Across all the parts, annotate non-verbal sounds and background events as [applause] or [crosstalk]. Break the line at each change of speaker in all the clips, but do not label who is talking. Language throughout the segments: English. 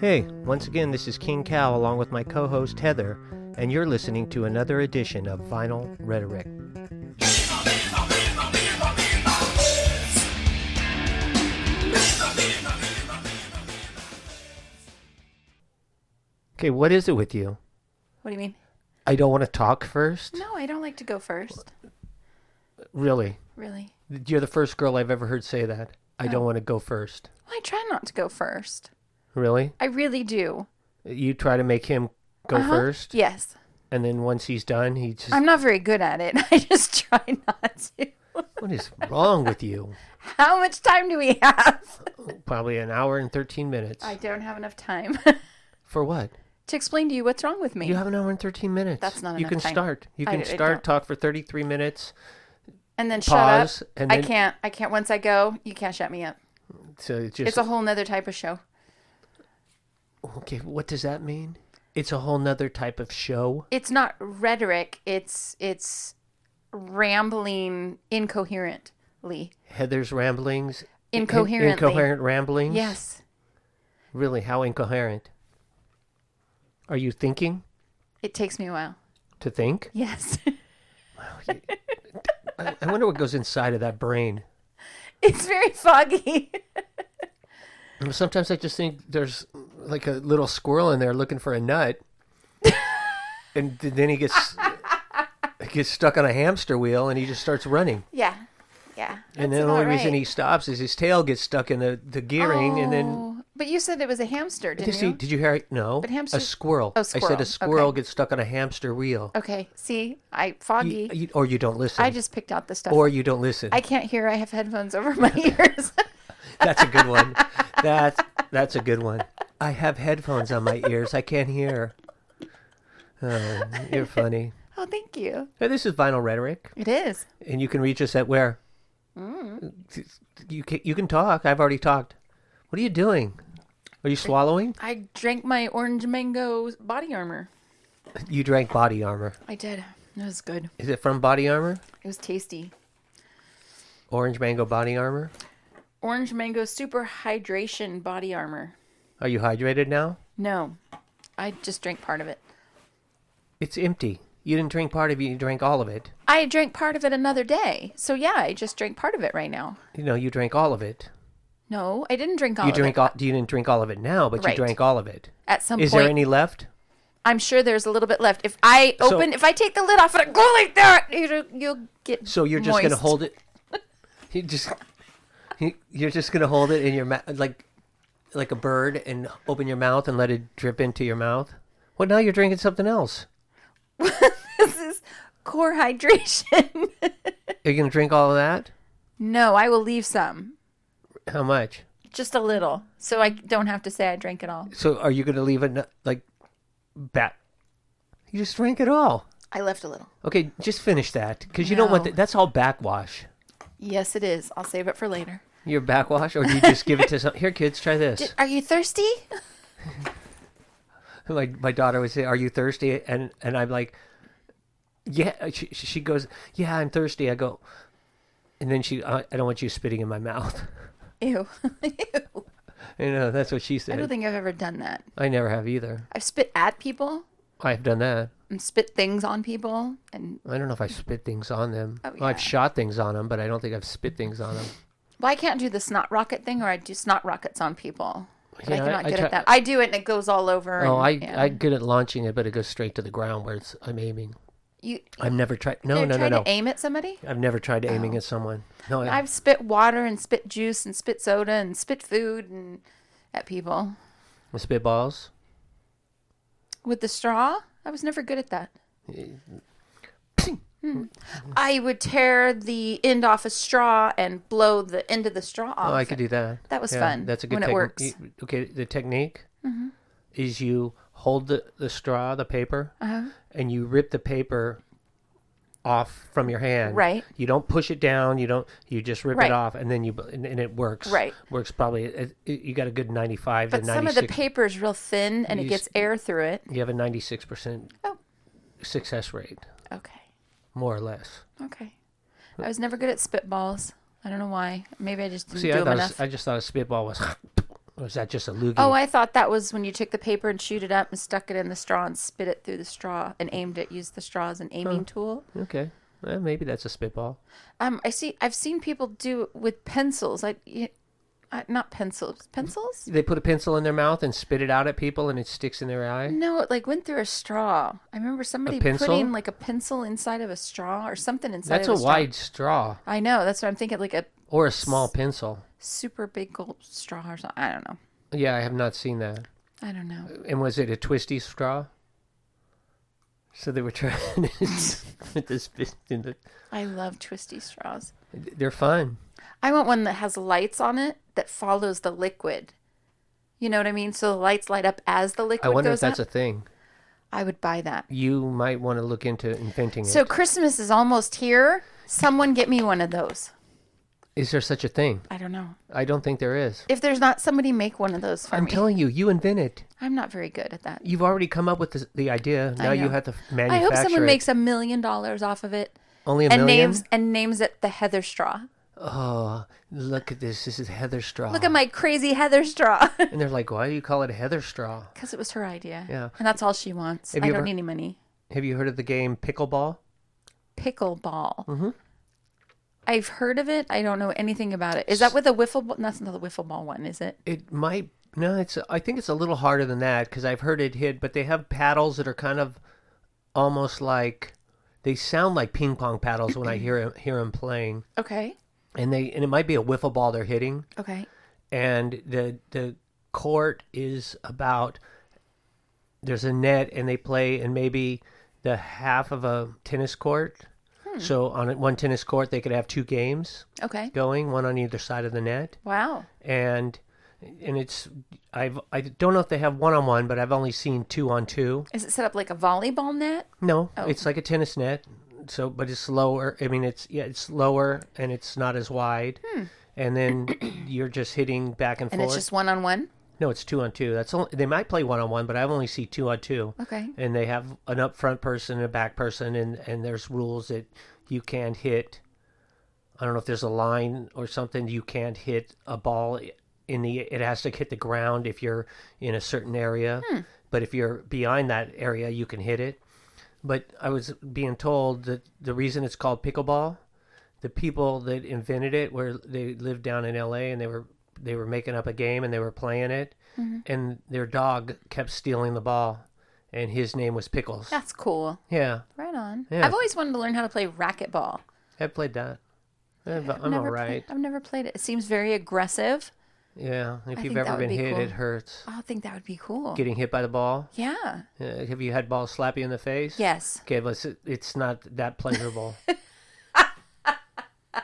Hey, once again, this is King Cal along with my co host Heather, and you're listening to another edition of Vinyl Rhetoric. Okay, what is it with you?
What do you mean?
I don't want to talk first?
No, I don't like to go first.
Really?
Really?
You're the first girl I've ever heard say that. I
Oh.
don't want to go first.
Well, I try not to go first.
Really?
I really do.
You try to make him go
Uh-huh.
first,
Yes.
and then once he's done, he just.
I'm not very good at it. [laughs] I just try [laughs] not to.
What is wrong with you?
How much time do we have?
Probably an hour and 13 minutes.
I don't have enough [laughs] time
For what?
to explain to you what's wrong with me.
You have an hour and 13 minutes.
That's not
You
enough
can
time.
start. You
I-
can
I
start,
don't.
talk for 33 minutes,
and then shut up.
pause, and
I
then.
can't. I can't. Once I go, you can't shut me up.
So it's just.
It's a whole nother type of show.
okay, what does that mean? It's a whole nother type of show.
It's not rhetoric. It's it's rambling incoherently.
Heather's ramblings. in-
Incoherently.
incoherent ramblings?
Yes.
Really, how incoherent? Are you thinking
It takes me a while.
to think?
Yes. [laughs]
I, I wonder what goes inside of that brain.
[laughs] it's very foggy.
And Sometimes I just think there's like a little squirrel in there looking for a
[laughs]
nut, and th- then he gets gets stuck on a hamster wheel and he just starts running.
Yeah. Yeah.
and then
That's
the only
about
reason
right.
he stops is his tail gets stuck in the, the gearing, and then
Oh, But you said it was a hamster, didn't
did you, see,
you?
did you hear? it? No,
Oh, But
a
hamsters-
squirrel.
Oh,
I
squirrel.
said a squirrel
Okay.
gets stuck on a hamster wheel.
Okay. See, I
You-
foggy.
you- or you don't listen.
I just picked out the stuff.
or you don't listen.
I can't hear. I have headphones over my [laughs] ears.
[laughs] That's a good one. That's that's a good one. I have headphones on my ears. I can't hear. Oh, you're funny.
oh, thank you.
Hey, this is Vinyl Rhetoric,
It is.
and you can reach us at where? You can you can talk. I've already talked. What are you doing? Are you swallowing?
I drank my orange mango body armor.
You drank Body Armor.
I did. It was good.
Is it from Body Armor?
It was tasty.
Orange Mango Body Armor.
Orange mango super hydration body armor.
Are you hydrated now?
No, I just drank part of it.
It's empty. You didn't drink part of it. You drank all of it.
I drank part of it another day. So yeah, I just drank part of it right now.
You know, you drank all of it.
No, I didn't drink all
You
of
drank
it.
all. You didn't drink all of it now, but
Right.
you drank all of it.
At some
Is
point,
there any left?
I'm sure there's a little bit left. If I
So-
open, if I take the lid off and I go like that, you'll, you'll get.
So you're just gonna
moist.
hold it. You just you- you're just gonna hold it in your mouth like like a bird and open your mouth and let it drip into your mouth. Well, now you're drinking something else.
[laughs] this is core hydration. [laughs]
Are you gonna drink all of that?
no, I will leave some,
How much?
just a little, so I don't have to say I drank it all.
So are you gonna leave it n- like bat? You just drank it all.
I left a little.
Okay, just finish that because you don't want
No.
that. That's all backwash.
Yes, it is. I'll save it for later.
Your backwash, or do you just give it to some? Here, kids, try this.
Are you thirsty? [laughs]
my my daughter would say, "Are you thirsty?" and and I'm like, "Yeah." She, she goes, "Yeah, I'm thirsty." I go, and then she, I, "I don't want you spitting in my mouth." [laughs]
Ew. [laughs] Ew.
You know, that's what she said.
I
I,
don't think I've ever done that.
never have either.
I've spit at people
I've done that.
and spit things on people, and
I don't know if I spit things on them.
Oh,
Well, I've
yeah.
shot things on them, but I don't think I've spit things on them.
well, I can't do the snot rocket thing, or I do snot rockets on people. But I
Yeah, I-
cannot
I
get
try-
at that. I do it, and it goes all over.
Oh,
and-
I
yeah.
I good at launching it, but it goes straight to the ground where it's, I'm aiming.
you
I've never tried. No,
They're
no, no,
trying
no.
to aim at somebody?
I've never tried aiming at someone. No, I,
I've spit water and spit juice and spit soda and spit food and at people
spit balls.
with the straw. I was never good at that. Hmm. I would tear the end off a straw and blow the end of the straw off.
Oh, I could do that.
That was
Yeah,
fun
That's a good
when it
technique.
works. Mm-hmm.
You- Okay, the technique is you hold the, the straw, the paper,
Uh-huh.
and you rip the paper off from your hand.
Right.
You don't push it down. You don't. You just rip
Right.
it off, and then you and, and it works.
Right.
Works probably. It, it- you got a good ninety-five
but
to
some of
ninety-six.
the paper is real thin and it
You
gets
s-
air through it.
you have a ninety-six percent
Oh.
success rate,
Okay.
more or less.
Okay. I was never good at spitballs. I don't know why. Maybe I just didn't
See,
do
I,
them
thought a-
enough.
I just thought a spitball was. [laughs] Or is that just a loogie?
Oh, I thought that was when you took the paper and chewed it up and stuck it in the straw and spit it through the straw and aimed it. Used the straw as an aiming tool.
okay. Well, maybe that's a spitball.
Um, I see. I've seen people do it with pencils. Like, y- I, not pencils. Pencils?
They put a pencil in their mouth and spit it out at people, and it sticks in their eye.
No, it like went through a straw. I remember somebody
pencil?
putting like a pencil inside of a straw or something inside.
That's
of
a
a, straw.
wide straw
I know. That's what I'm thinking. Like a
or a small pencil.
super big gold straw or something. I don't know.
Yeah, I have not seen that.
I don't know.
And was it a twisty straw? So they were [laughs] trying to put this bit in the.
I love twisty straws.
They're fun.
I want one that has lights on it that follows the liquid. You know what I mean? So the lights light up as the liquid
I wonder
goes
if that's
up.
a thing.
I would buy that.
You might want to look into inventing
So
it.
Christmas is almost here. Someone get me one of those.
Is there such a thing?
I don't know.
I don't think there is.
If there's not somebody make one of those for
I'm
me.
telling you, you invent it.
I'm not very good at that.
You've already come up with the, the idea. Now you
know.
have to f-
I
manufacture
hope someone
it.
makes a million dollars off of it
only a
and
million.
names and names it the heather straw.
Oh, look at this! This is heather straw.
Look at my crazy heather straw. [laughs]
and they're like, "Why do you call it heather straw?"
Because it was her idea.
Yeah.
And that's all she wants.
Have
I
you
don't
ever-
need any money.
Have you heard of the game pickleball?
Pickleball. Mm-hmm. I've heard of it. I don't know anything about it. Is that with a wiffle ball? That's not the wiffle ball one, is it?
It might. No, it's. I think it's a little harder than that because I've heard it hit. But they have paddles that are kind of almost like they sound like ping pong paddles when I hear 'em- hear them playing.
Okay.
And they and it might be a wiffle ball they're hitting.
Okay.
And the the court is about there's a net and they play in maybe the half of a tennis court. So on one tennis court they could have two games
Okay.
going, one on either side of the net
Wow.
and and it's I've I don't know if they have one on one, but I've only seen two on two.
Is it set up like a volleyball net?
No,
Oh.
it's like a tennis net. So, but it's lower. I mean, it's yeah, it's lower and it's not as wide. And then [clears throat] you're just hitting back and,
Hmm. And
forth.
it's just one on one?
No, it's two on two. That's only they might play one on one, but I've only seen two on two.
Okay.
And they have an up front person and a back person, and and there's rules that you can't hit. I don't know if there's a line or something. You can't hit a ball in the. It has to hit the ground if you're in a certain area. But if you're behind that area, you can hit it. But I was being told that the reason it's called pickleball the people that invented it were they lived down in LA and they were they were making up a game and they were playing it
Mm-hmm.
and their dog kept stealing the ball and his name was Pickles.
That's cool.
Yeah.
Right on.
Yeah.
I've always wanted to learn how to play racquetball.
I played that. Yeah, but I'm all
Never
right.
played- I've never played it. It seems very aggressive.
Yeah. If
think
you've
that
ever
would
been
be
hit,
cool.
it hurts.
I think that would be cool.
Getting hit by the ball.
yeah.
Uh, have you had balls slap you in the face?
Yes.
Okay, but it's, it's not that
[laughs]
pleasurable.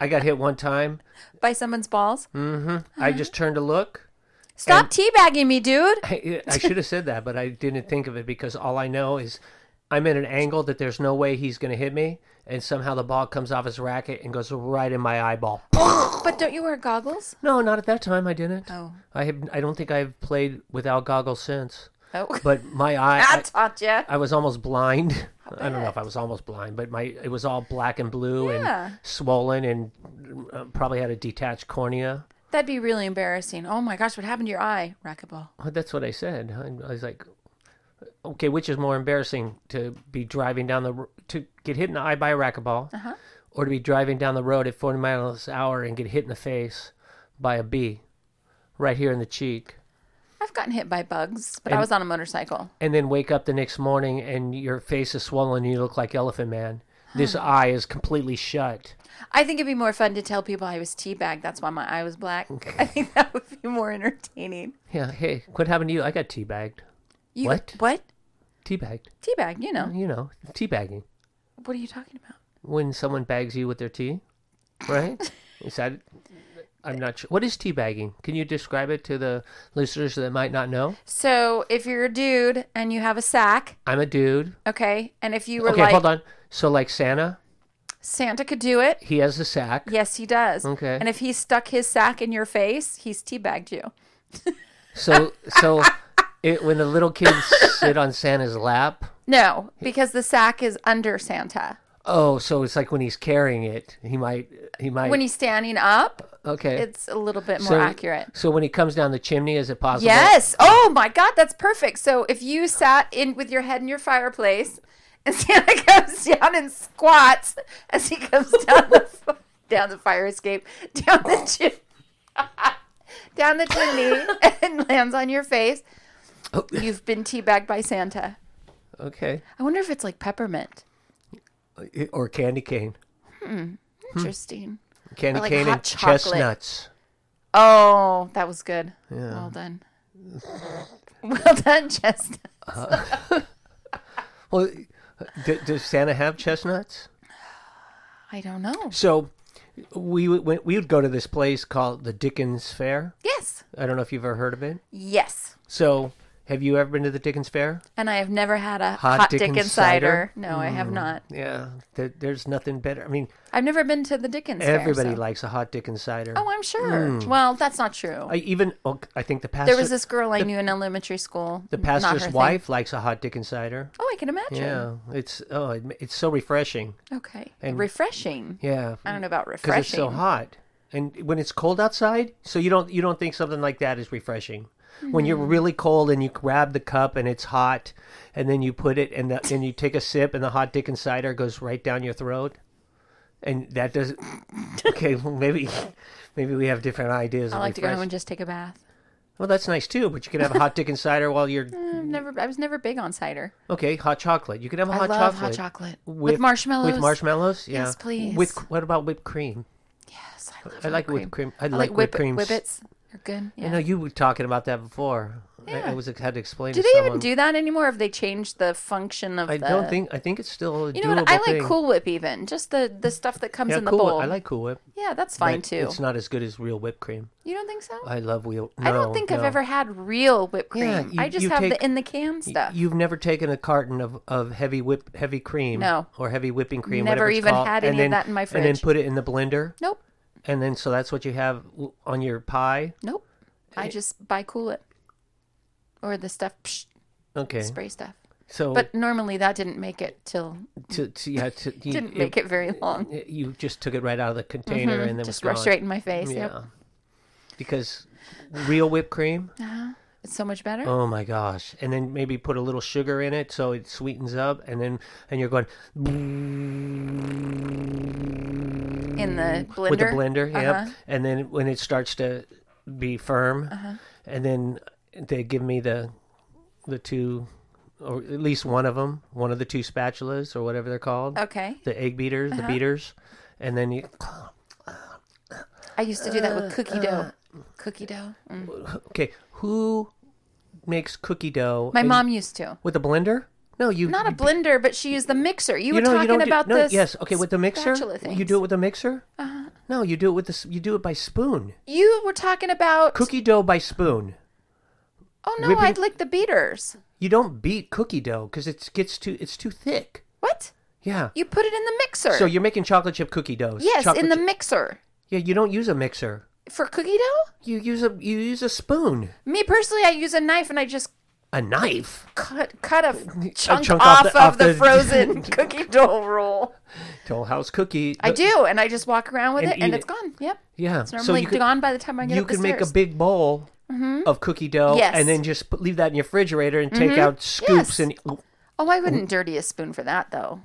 I got hit one time.
By someone's balls.
I
[laughs]
just turned to look.
Stop teabagging me, dude.
I, I should have said that, but I didn't think of it because all I know is I'm at an angle that there's no way he's going to hit me, and somehow the ball comes off his racket and goes right in my eyeball.
But don't you wear goggles?
No, not at that time. I didn't.
Oh.
I have. I don't think I've played without goggles since.
Oh.
But my eye,
[laughs] I
I,
taught you.
I was almost
[laughs]
blind. I don't know if
bet.
I was almost blind, but my it was all black and blue
Yeah.
and swollen and uh, probably had a detached cornea.
That'd be really embarrassing. Oh my gosh, what happened to your eye? Racquetball.
Well, that's what I said. I, I was like, okay, which is more embarrassing to be driving down the r- to get hit in the eye by a racquetball, or to be driving down the road at 40 miles an hour and get hit in the face by a bee, right here in the cheek,
I've gotten hit by bugs, but I was on a motorcycle.
and then wake up the next morning and your face is swollen and you look like Elephant Man. This eye is completely shut.
I think it'd be more fun to tell people I was teabagged. That's why my eye was
[laughs]
black. I think that would be more entertaining.
Yeah. Hey, what happened to you? I got teabagged.
You,
What?
What?
Teabagged.
Teabag, you know.
You know, teabagging.
What are you talking about?
when someone bags you with their tea,
[laughs]
right? is that? I'm not sure. What is tea bagging? Can you describe it to the listeners that might not know?
So if you're a dude and you have a sack,
I'm a dude.
okay, and if you were
okay,
like
hold on. So like Santa,
Santa could do it.
he has a sack.
Yes, he does.
Okay.
And if he stuck his sack in your face, he's teabagged you.
So so it, when the little kids sit on Santa's lap.
No, because the sack is under Santa.
Oh, so it's like when he's carrying it, he might he might
When he's standing up,
okay.
it's a little bit more
So-
accurate.
So when he comes down the chimney, is it possible?
Yes. Oh my God, that's perfect. So if you sat in with your head in your fireplace, [laughs] and Santa comes down and squats as he comes down the f- [laughs] down the fire escape, down the [laughs] chim- [laughs] down the chimney, [laughs] and lands on your face,
Oh,
you've been teabagged by Santa.
okay.
I wonder if it's like peppermint.
Or candy cane, Hmm.
Interesting.
candy
Or like
cane
hot
and
chocolate.
chestnuts.
Oh, that was good. Well done. [laughs] well done, Chestnut.
Well, d- does Santa have chestnuts?
I don't know.
So we would when- we would go to this place called the Dickens Fair.
Yes.
I don't know if you've ever heard of it.
Yes.
So have you ever been to the Dickens Fair?
And I have never had a
Hot
hot,
Dickens
Dickens,
cider? Mm.
cider. No, I have not.
Yeah, th- there's nothing better. I mean,
I've never been to the Dickens. fair,
everybody
so-
likes a hot Dickens cider.
Oh, I'm sure. Well, that's not true.
I even oh, I think the pastor
there was this girl I knew in elementary school.
the
N- not her
pastor's
thing.
wife likes a hot Dickens cider.
Oh, I can imagine.
Yeah, it's oh, it, it's so refreshing.
Okay. refreshing.
Yeah,
I don't know about
because
refreshing.
it's so hot, and when it's cold outside, so you don't you don't think something like that is refreshing. When
Mm-hmm.
you're really cold and you grab the cup and it's hot, and then you put it and the, and you take a sip and the hot Dickens cider goes right down your throat, and that doesn't. Okay, well maybe maybe we have different ideas.
I
of
like to go home
refresh-
and just take a bath.
Well, that's nice too, but you can have a hot Dickens cider while
[laughs]
you're
I've never. I was never big on cider.
okay. Hot chocolate. You can have a
I
hot
love
chocolate.
hot chocolate with, marshmallows.
With marshmallows, yeah.
Yes, please.
With what about whipped cream?
Yes, I, love
I like whipped cream. I, like whipped
whip-
cream.
Whippets are good.
I
Yeah.
know you were talking about that before. I- I,
Yeah.
was had to explain.
do
to
they
someone.
even do that anymore? Have they changed the function of
I
the?
don't think. I think it's still a
You know
doable
what? I like
thing.
Cool Whip even. Just the the stuff that comes
Yeah,
in the
Cool Whip-
bowl.
I like Cool Whip.
Yeah, that's fine
but
too.
It's not as good as real whipped cream.
You don't think so? I,
I love real.
don't
no,
think I've
no.
ever had real whipped cream.
Yeah, you-
I just
you
have
take-
the in the can stuff.
You've never taken a carton of, of heavy whip heavy cream
No.
or heavy whipping cream.
Never
whatever it's
even
called,
had
and
any of
then-
that in my
And then
fridge.
put it in the blender,
nope,
and then so that's what you have w- on your pie.
nope. I just buy Cool Whip or the stuff psh,
Okay,
spray stuff.
so
But normally that didn't make it till
to, to, yeah, to, you,
didn't make it very long.
it- you just took it right out of the container and then
Just
was
rushed
gone.
right in my face.
Yeah.
Yep.
Because real whipped cream,
It's so much better.
oh my gosh. And then maybe put a little sugar in it so it sweetens up and then and you're going
in the blender.
Um, with the blender, yep.
Uh-huh.
And then when it starts to be firm and then they give me the the two or at least one of them, one of the two spatulas or whatever they're called,
Okay. Uh-huh.
the egg beaters, the beaters, and then you
I used to do that
Uh,
with cookie dough. Cookie dough. Mm.
Okay, who makes cookie dough?
My
and-
mom used to.
with a blender? No, you
Not a blender, but she used the mixer. You,
You
were
know, you
talking
don't do-
about
no,
this.
Yes, okay, with the mixer,
spatula
you
things. Uh-huh.
do it with a mixer. No, you do it with this. You do it by spoon.
You were talking about
Cookie dough by spoon.
Oh no,
Whipping-
I'd lick the beaters.
You don't beat cookie dough because it gets too. It's too thick.
What?
Yeah.
You put it in the mixer.
So you're making chocolate chip cookie doughs.
yes,
chocolate
in the
chip-
mixer.
yeah. You don't use a mixer.
For cookie dough?
You use a you use a spoon,
Me personally, I use a knife and I just
a knife.
cut
[laughs]
cut a chunk,
chunk off
off,
the-
of
off
the,
the- [laughs]
frozen cookie dough roll.
Toll House cookie.
I do, and I just walk around with
And
it and
eat
it's
it.
gone. Yep.
Yeah.
It's normally
so you could,
gone by the time I get
you
up the
could make a
stairs. Mm-hmm.
big bowl of cookie dough
Yes. Mm-hmm.
and then just put, leave that in your refrigerator and take out scoops
Yes.
and
Oh, I wouldn't dirty a spoon for that though.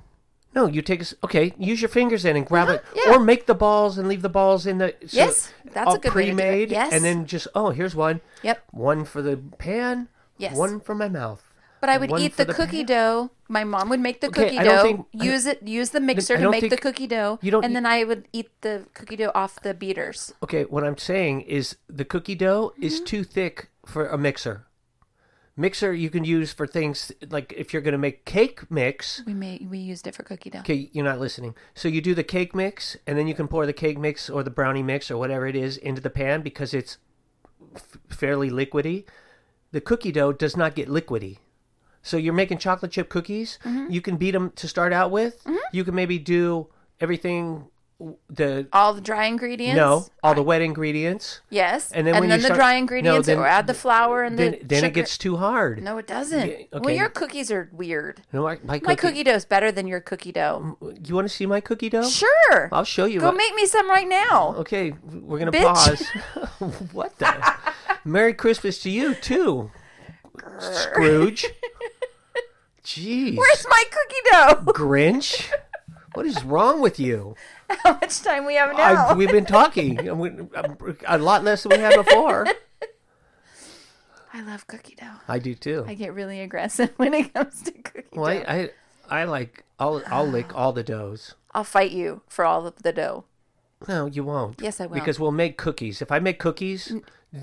no you take a s okay use your fingers in and grab it
Uh-huh, yeah.
or make the balls and leave the balls in the so
Yes, that's a
all
good way to do it.
pre-made
Yes.
and then just oh here's one
Yep.
one for the pan
Yes.
one for my mouth
But I would
one
eat
for
the,
the
cookie dough. My mom would make the
Okay,
cookie
I don't
dough.
think- I don't-
use it. Use the mixer
I
to
don't
make the
think-
cookie dough.
you don't
and
eat-
then I would eat the cookie dough off the beaters.
okay what I'm saying is the cookie dough is
Mm-hmm.
too thick for a mixer mixer you can use for things like if you're gonna make cake mix
We made. We used it for cookie dough.
Okay, you're not listening. So you do the cake mix, and then you can pour the cake mix or the brownie mix or whatever it is into the pan because it's f- fairly liquidy. The cookie dough does not get liquidy. So you're making
Mm-hmm.
chocolate chip cookies. You can beat them to start out with. You can maybe do everything the
all the dry ingredients.
no, all the wet ingredients.
Yes.
And
And
then
then,
when you
the
start-
dry
no,
ingredients,
then-
or add the flour and
Then,
the
then
sugar.
it gets too hard.
No, it doesn't.
Yeah,
Well,
okay.
your cookies are weird.
No, my, my
My cookie dough's better than your cookie dough.
You want to see my cookie dough?
Sure.
Mm. I'll show you.
Go
what-
make me some
[laughs]
right now.
okay, we're gonna
Bitch.
pause. [laughs] what the? Merry Christmas to you too, Scrooge. Jeez,
Where's my cookie dough? [laughs]
Grinch. What is wrong with you?
How much time we have now?
I, we've been talking and we- a lot less than we had
[laughs]
before.
I love cookie dough.
I do too.
I get really aggressive [laughs] when it comes to cookie
well,
dough.
I, I, I like. I'll, I'll lick all the doughs.
I'll fight you for all of the dough.
No, you won't.
Yes, I will.
Because we'll make cookies. If I make cookies,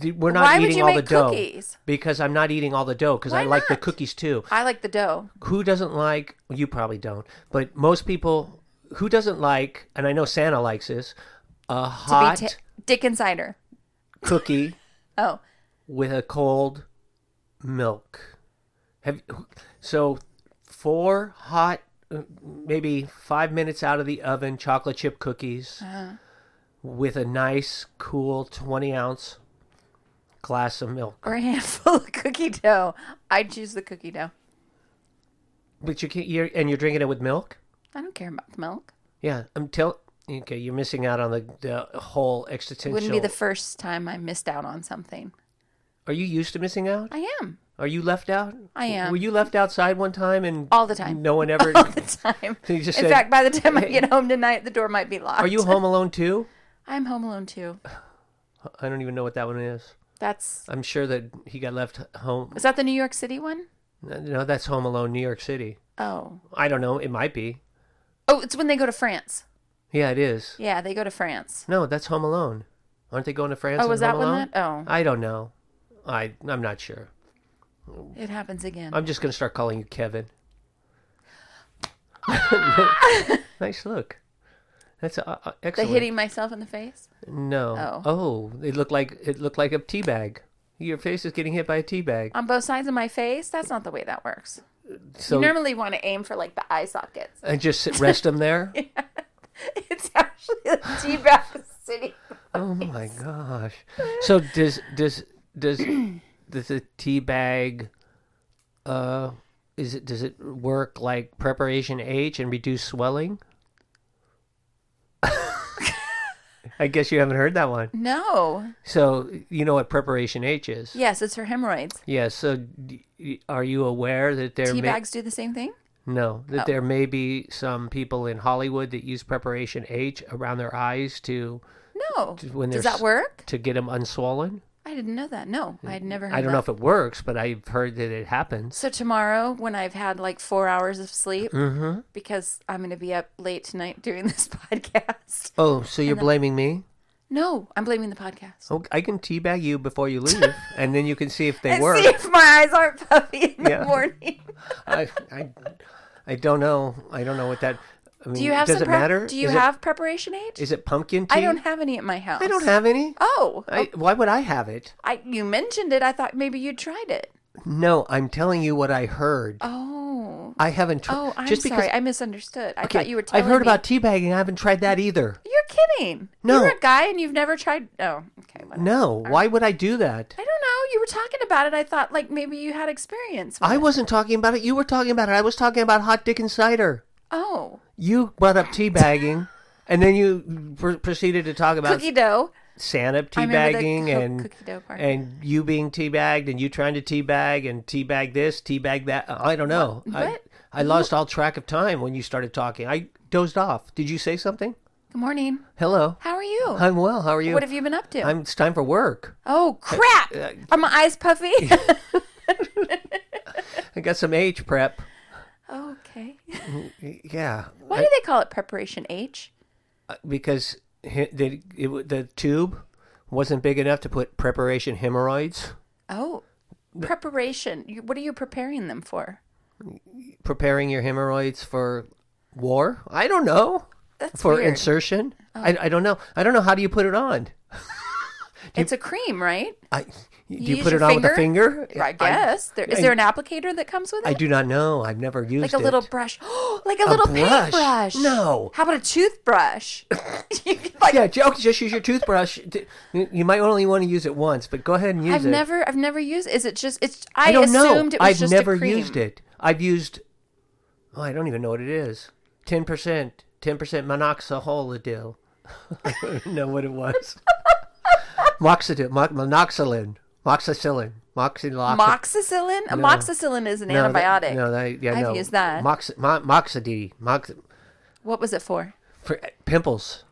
th- we're not
Why would
eating
you
all
make
the dough.
cookies?
Because I'm not eating all the dough. Because I
Why
like the
not?
cookies too.
I like the dough.
Who doesn't like? You probably don't, but most people. Who doesn't like? And I know Santa likes this. A
To
hot
be ta- [laughs] Dick and cider.
cookie
Oh,
with a cold milk. Have so four hot, uh, maybe five minutes out of the oven chocolate chip cookies
Uh-huh.
with a nice cool twenty ounce glass of milk.
or a handful of [laughs] cookie dough. I choose the cookie dough.
But you can't. You're, and you're drinking it with milk.
I don't care about the milk.
Yeah, I'm tell. Okay, you're missing out on the, the whole existential.
Wouldn't be the first time I missed out on something.
Are you used to missing out?
I
[laughs]
am
Are you left out?
I am.
Were you left outside one time and
All the time.
No one ever.
[laughs]
[laughs]
all the time.
You just
In
said-
fact, by the
[laughs]
time I get home tonight, the door might be locked.
Are
[laughs]
you home alone too?
I'm home alone too.
I don't even know what that one is.
That's
I'm sure that he got left home.
is that the New York City one?
No, that's Home Alone, New York City.
Oh,
I don't know. It might be.
oh, it's when they go to France.
Yeah, it is.
Yeah, they go to France.
No, that's Home Alone. Aren't they going to France?
Oh,
in
was that
Home
one
Alone?
that- oh.
I don't know. I I'm not sure.
Oh, It happens again.
I'm just gonna start calling you
[laughs]
Kevin. [laughs] nice look. That's uh, uh,
the
excellent.
hitting myself in the face.
No.
Oh.
it looked like it looked like a tea bag. Your face is getting hit by a tea bag.
on both sides of my face. That's not the way that works.
So
you normally want to aim for like the eye sockets.
and just sit- rest them there.
[laughs] It's actually the tea bag city.
Oh my gosh! So does does does does the tea bag? Uh, is it does it work like preparation H and reduce swelling? [laughs] I guess you haven't heard that one.
No.
So you know what preparation H is?
Yes, it's for hemorrhoids.
Yeah. So d- y- are you aware that there
Tea
may
bags do the same thing.
no that there may be some people in Hollywood that use preparation H around their eyes to
No.
when
Does
there's-
that work?
to get them unswollen?
I didn't know that. No, I had never heard.
I don't
that.
know if it works, but I've heard that it happens.
Mm-hmm. So tomorrow, when I've had like four hours of sleep,
Mm-hmm.
because I'm going to be up late tonight doing [laughs] this podcast.
Oh, so you're blaming me?
No, I'm blaming the podcast.
Oh, I can teabag you before you
[laughs]
leave, and then you can see if they
And
work.
see if my eyes aren't puffy in
Yeah.
the morning.
[laughs] I, I, I don't know. I don't know what that. I mean,
Do you have
does
some
it
prep-
matter?
Do you
is
have preparation age?
It, is it pumpkin tea?
I don't have any at my house.
I don't have any.
Oh,
I, why would I have it?
I you mentioned it. I thought maybe you tried it.
No, I'm telling you what I heard.
Oh.
I haven't. Tr-
Oh, I'm
just because,
sorry. I misunderstood. I thought
Okay,
you were telling
I've heard
me-
about teabagging. I haven't tried that either.
You're kidding.
No.
You're a guy and you've never tried Oh, okay. Whatever.
No, why would I do that?
I don't know. You were talking about it. I thought like maybe you had experience. with
I
it.
wasn't talking about it. You were talking about it. I was talking about hot dick and cider.
Oh.
you brought up
[laughs]
teabagging, and then you pr- proceeded to talk about
Cookie dough.
Santa
I remember the
teabagging
co-
and
cookie dough part.
and you being teabagged and you trying to teabag and teabag this, teabag that. I don't know. I,
What?
I lost all track of time when you started talking. I dozed off. Did you say something?
Good morning.
Hello.
How are you?
I'm well. How are you?
Oh. What have you been up to?
I'm, uh, it's time for work.
oh crap. Are my
[laughs]
eyes puffy?
I got some H prep. [laughs]
okay.
Yeah, uh,
Why do they call it preparation H?
because he- the, it, w- the tube wasn't big enough to put preparation hemorrhoids.
Oh, preparation. You- What are you preparing them for?
preparing your hemorrhoids for war? I don't know.
That's
for
weird. Oh.
insertion? I, I don't know. I don't know. How do you put it on?
it's a cream, right?
I, Do
You
you,
use
put
your
it on with a
finger?
finger?
I guess. there, is
I-
there an applicator that comes with it?
I do not know. I've never used
like a
it.
little brush. [gasps] like a, little
brush?
paintbrush.
No.
How about a toothbrush? [laughs] You could, like,
Yeah, ju- just use your toothbrush. D- You might only want to use it once, but go ahead and use
I've
it.
never I've never used is it just it's I,
I don't know.
assumed it was
I've
just
never
a cream.
used it. I've used. Oh, I don't even know what it is. Ten percent. Ten percent monoxidil. I don't [laughs] know what it
[laughs]
was. Moxidil. Mo- monoxilin. Moxicillin. Moxiloxin.
Moxicillin? Amoxicillin is an
no,
antibiotic.
That, no, that, yeah,
I've
no.
used that.
Mox, mo- moxidil. Mox,
What was it for?
for eh, pimples.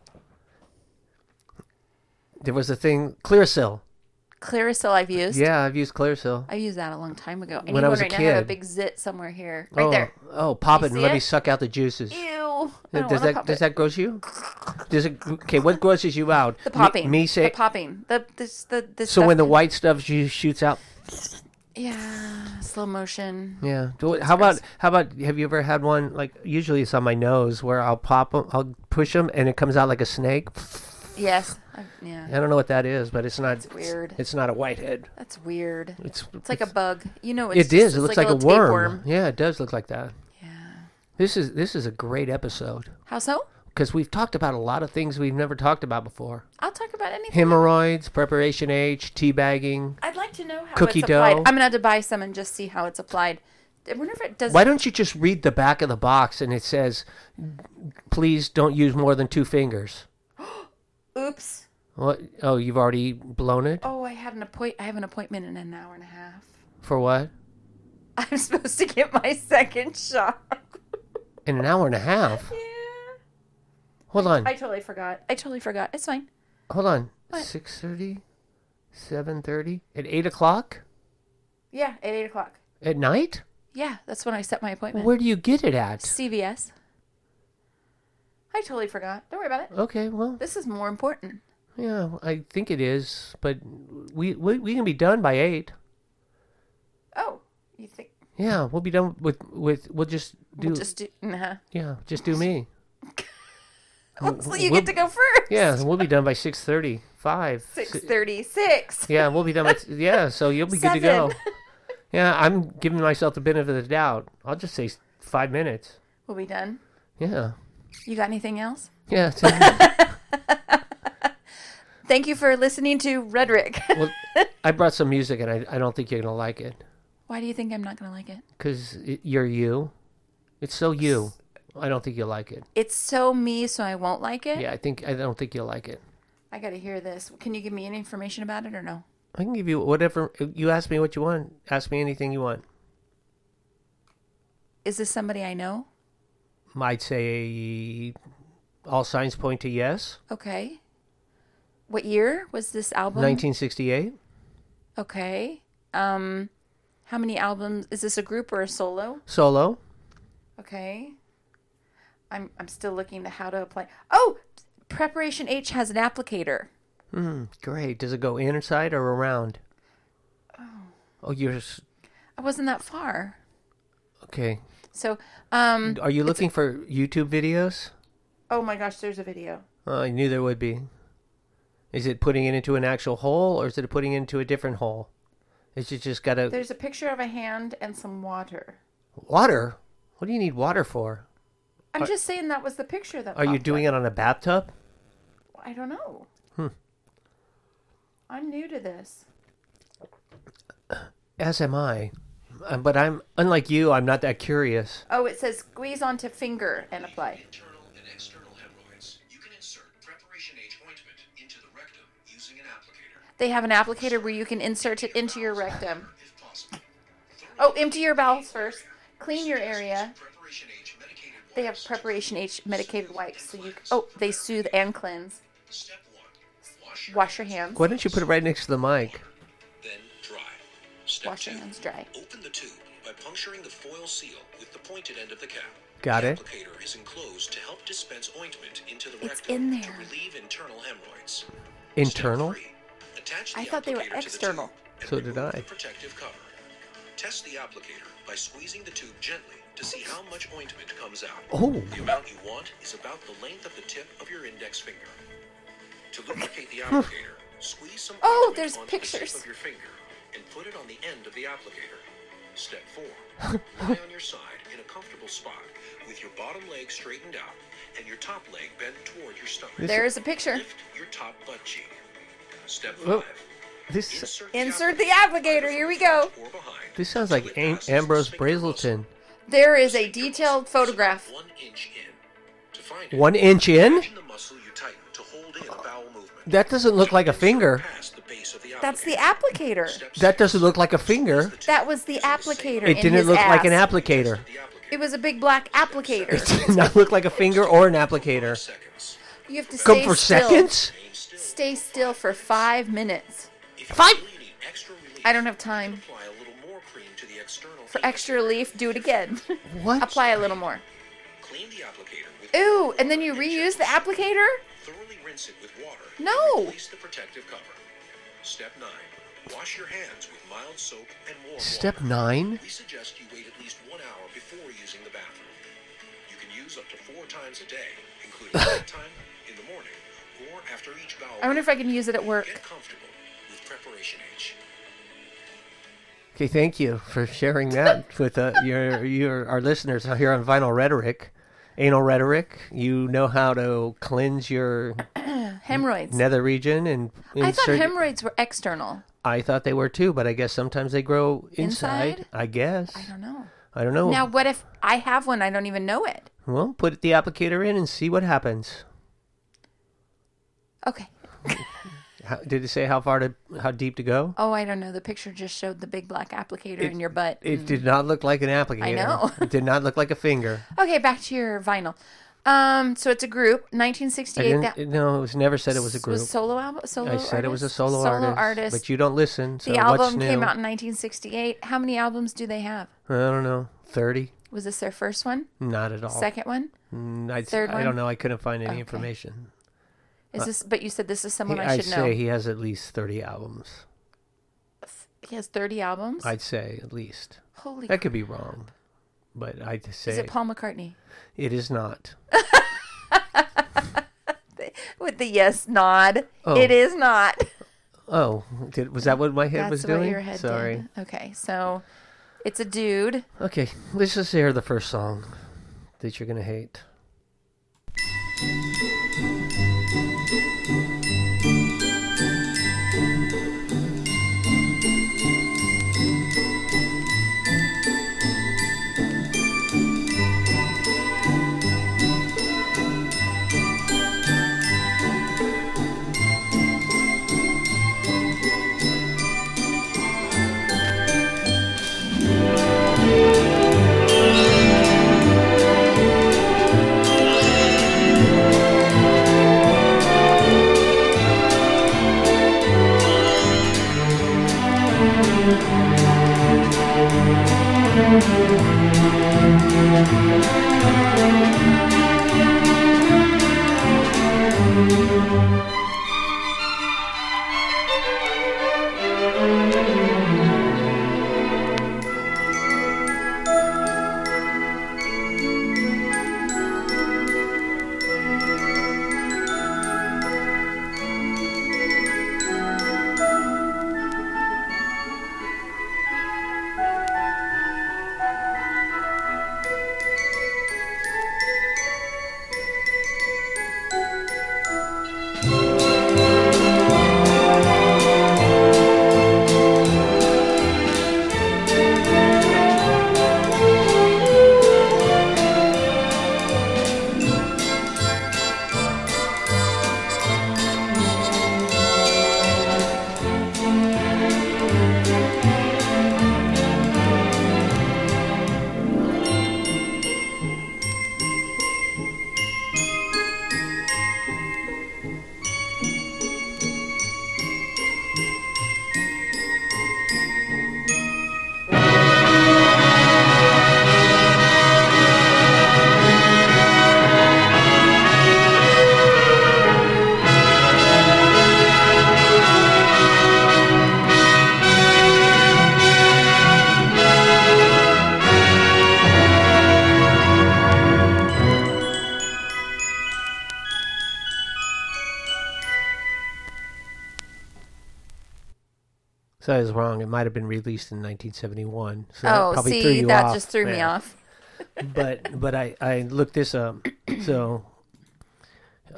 There was a thing, Clearasil.
Clarisil I've used.
Yeah, I've used Clearasil.
I used that a long time ago. I
When
need
I
one
was a
right now. I have a
kid.
big zit somewhere here. Right
oh,
there.
oh, pop it and
see
let
it?
me suck out the juices.
Ew. I don't
Does
wanna
that
pop
does
it.
that gross you? Does it okay? What grosses you out?
the popping.
Me, me say.
the popping. The this the this
so
stuff
when the
in-
white stuff ju- shoots out,
Yeah. Slow motion.
yeah. Do- how about how about have you ever had one like usually it's on my nose where I'll pop 'em- I'll push them and it comes out like a snake.
Yes. I- yeah.
I don't know what that is, but it's not it's
weird.
It's not a whitehead.
That's weird. It's
It's
like a bug. You know it's
It
just-
is.
it's
It looks like, a
little
worm.
tapeworm.
Yeah, it does look like that.
Yeah.
This is this is a great episode
How so?
because we've talked about a lot of things we've never talked about before:
I'll talk about anything.
hemorrhoids, preparation H, teabagging.
I'd like to know how
Cookie
it's applied.
dough.
I'm gonna have to buy some and just see how it's applied. I wonder if it does.
Why don't you just read the back of the box and it says, "Please don't use more than two fingers."
Oops.
What? Oh, you've already blown it
Oh, I had an appoint. I have an appointment in an hour and a half. [laughs]
for what?
I'm supposed to get my second shot. [laughs]
In an hour and a half.
yeah.
Hold on.
I totally forgot. I totally forgot. It's fine.
Hold on.
What?
Six thirty, seven thirty, at eight o'clock
Yeah, at eight o'clock.
at night.
Yeah, that's when I set my appointment.
Where do you get it at?
CVS. I totally forgot. Don't worry about it.
Okay. Well,
This is more important.
Yeah, I think it is, but we we, we can be done by eight.
Oh, you think
Yeah, we'll be done with with we'll just do
we'll just do? Nah.
yeah, just do
[laughs]
me.
Hopefully, you
we'll-
get to go first.
Yeah, we'll be done by six thirty five.
Six thirty-six.
Yeah, we'll be done by yeah, so you'll be good to go.
Seven.
Yeah, I'm giving myself the benefit of the doubt. I'll just say s- five minutes.
[laughs] We'll be done.
Yeah,
You got anything else?
yeah.
[laughs]
it's-
Thank you for listening to Rhetoric. [laughs]
well, I brought some music, and I I don't think you're gonna like it
Why do you think I'm not going to like it?
because you're you. It's so you. I don't think you'll like it.
It's so me, so I won't like it.
Yeah, I think I don't think you'll like it.
I got to hear this. Can you give me any information about it or no?
I can give you whatever you ask me what you want. Ask me anything you want.
Is this somebody I know?
Might say all signs point to yes.
Okay. What year was this album?
1968.
Okay. Um, how many albums? Is this a group or a solo?
Solo.
Okay. I'm I'm still looking to how to apply. Oh, Preparation H has an applicator.
Mm, great. Does it go inside or around? Oh. Oh, you're s-
I wasn't that far.
okay.
So, um,
Are you looking for YouTube videos?
oh my gosh, there's a video.
Uh, I knew there would be. Is it putting it into an actual hole or is it putting it into a different hole? Is it just got a
There's a picture of a hand and some water.
water? What do you need water for?
I'm just saying that was the picture that.
Are you doing it Hmm. on a bathtub?
I don't know. I'm new to this.
As am I. Um, But I'm unlike you. I'm not that curious.
Oh, it says squeeze onto finger and apply.
Internal and external hemorrhoids. You can insert preparation H ointment into the rectum using an applicator,
They have an applicator where you can insert it into your rectum.
if possible.
Oh, empty your bowels first. Clean your area.
Preparation H medicated
They have
wipes.
preparation H medicated wipes, so you. Oh, they soothe and cleanse.
Step one: wash your
Wash your hands.
Why don't you put it right next to the mic?
then dry. Step
Wash your
two,
hands dry.
Open the tube by puncturing the foil seal with the pointed end of the cap.
Got
the
it.
Applicator is enclosed to help dispense ointment into the
It's
rectum
in
to
there.
relieve internal hemorrhoids.
Internal?
Step three, attach
I
the
thought they were
applicator to the
external.
tube and
So did
remove
I.
the protective cover. Test the applicator by squeezing the tube gently to see how much ointment comes out.
Oh.
The amount you want is about the length of the tip of your index finger. To lubricate the applicator, squeeze some
Oh,
ointment
there's
onto the tip
pictures.
of your finger and put it on the end of the applicator. Step
[laughs]
4. Lie on your side in a comfortable spot with your bottom leg straightened out and your top leg bent toward your stomach.
There's a picture.
Lift your top butt cheek. Step 5.
Whoa. This
Insert,
Oh, Insert the applicator. Here we go.
Or behind.
this sounds
till
like
it
Am-
passes the
Ambrose
sphincter muscle.
Brazelton.
There is a detailed photograph.
One inch in. To find it,
One inch in?
imagine the muscle you tighten to hold in a bowel movement.
That doesn't look like a
Insert
finger.
past the base of the
That's the
applicator.
applicator.
Step
That
six.
doesn't look like a finger.
That was the applicator.
It
in
didn't
his
look like an
ass.
applicator.
[laughs]
The applicator.
It was a big black
It
applicator.
[laughs] did not look like a finger or an applicator.
Seconds.
You have to
Come
stay
for
still.
seconds?
Remain still.
Stay still for five minutes.
If you
Five-
really need extra relief,
I don't have time.
Apply a little more cream to the external.
For
applicator.
extra relief, do it again. [laughs]
What?
Apply a little more.
Clean the applicator with
Ooh, and then you reuse the applicator?
Thoroughly rinse it with water.
No.
and Replace the protective cover. Step 9. Wash your hands with mild soap and warm
Step
water.
nine.
We suggest you wait at least one hour before using the bathroom. You can use up to four times a day,
[laughs]
including bedtime, in the morning, or after each bowel.
I wonder if I can use it at
Get
work.
comfortable with Preparation H.
Okay, thank you for sharing
[laughs]
that with uh, your your our listeners out here on Vinyl Rhetoric, Anal Rhetoric. You know how to cleanse your
Hemorrhoids.
nether region and
I thought
insert-
hemorrhoids were external.
I thought they were too, but I guess sometimes they grow inside.
Inside?
I guess
I don't know.
I don't know.
Now, what if I have one? I don't even know it.
well, put the applicator in and see what happens.
Okay.
How, did it say how far to how deep to go?
Oh, I don't know. The picture just showed the big black applicator in your butt.
It did not look like an applicator.
Mm. know.
it did not look like a finger.
Okay, back to your vinyl. Um, so it's a group,
I
1968.
didn't,
That
no, it was never said it was a group.
was solo album. Solo
I said it was a
artist?
solo, artist,
artist.
but you don't listen. So
the
what's
album
new?
came out in 1968. How many albums do they have?
I don't know. Thirty?
Was this their first one?
Not at all.
Second one?
Mm, I'd-
third
I
one?
don't know. I couldn't find any
Okay.
information.
Is this? But you said this is someone I
I'd
should
say
know. He,
Uh, he has at least thirty albums.
has 30 albums.
I'd say at least.
Holy!
That
crap.
could be wrong, but I'd say
Is it Paul McCartney
it is not.
with the yes nod?
Oh.
It
[laughs]
is not.
Oh, did, was that what my head
That's
was
what
doing?
your head
Sorry.
did. Okay, so it's a dude.
Okay, let's just hear the first song that you're gonna hate. So I was wrong. It might have been released in 1971. So that
Oh,
probably threw
see,
you
that
off
just threw me
there.
off.
But but I I looked this up, so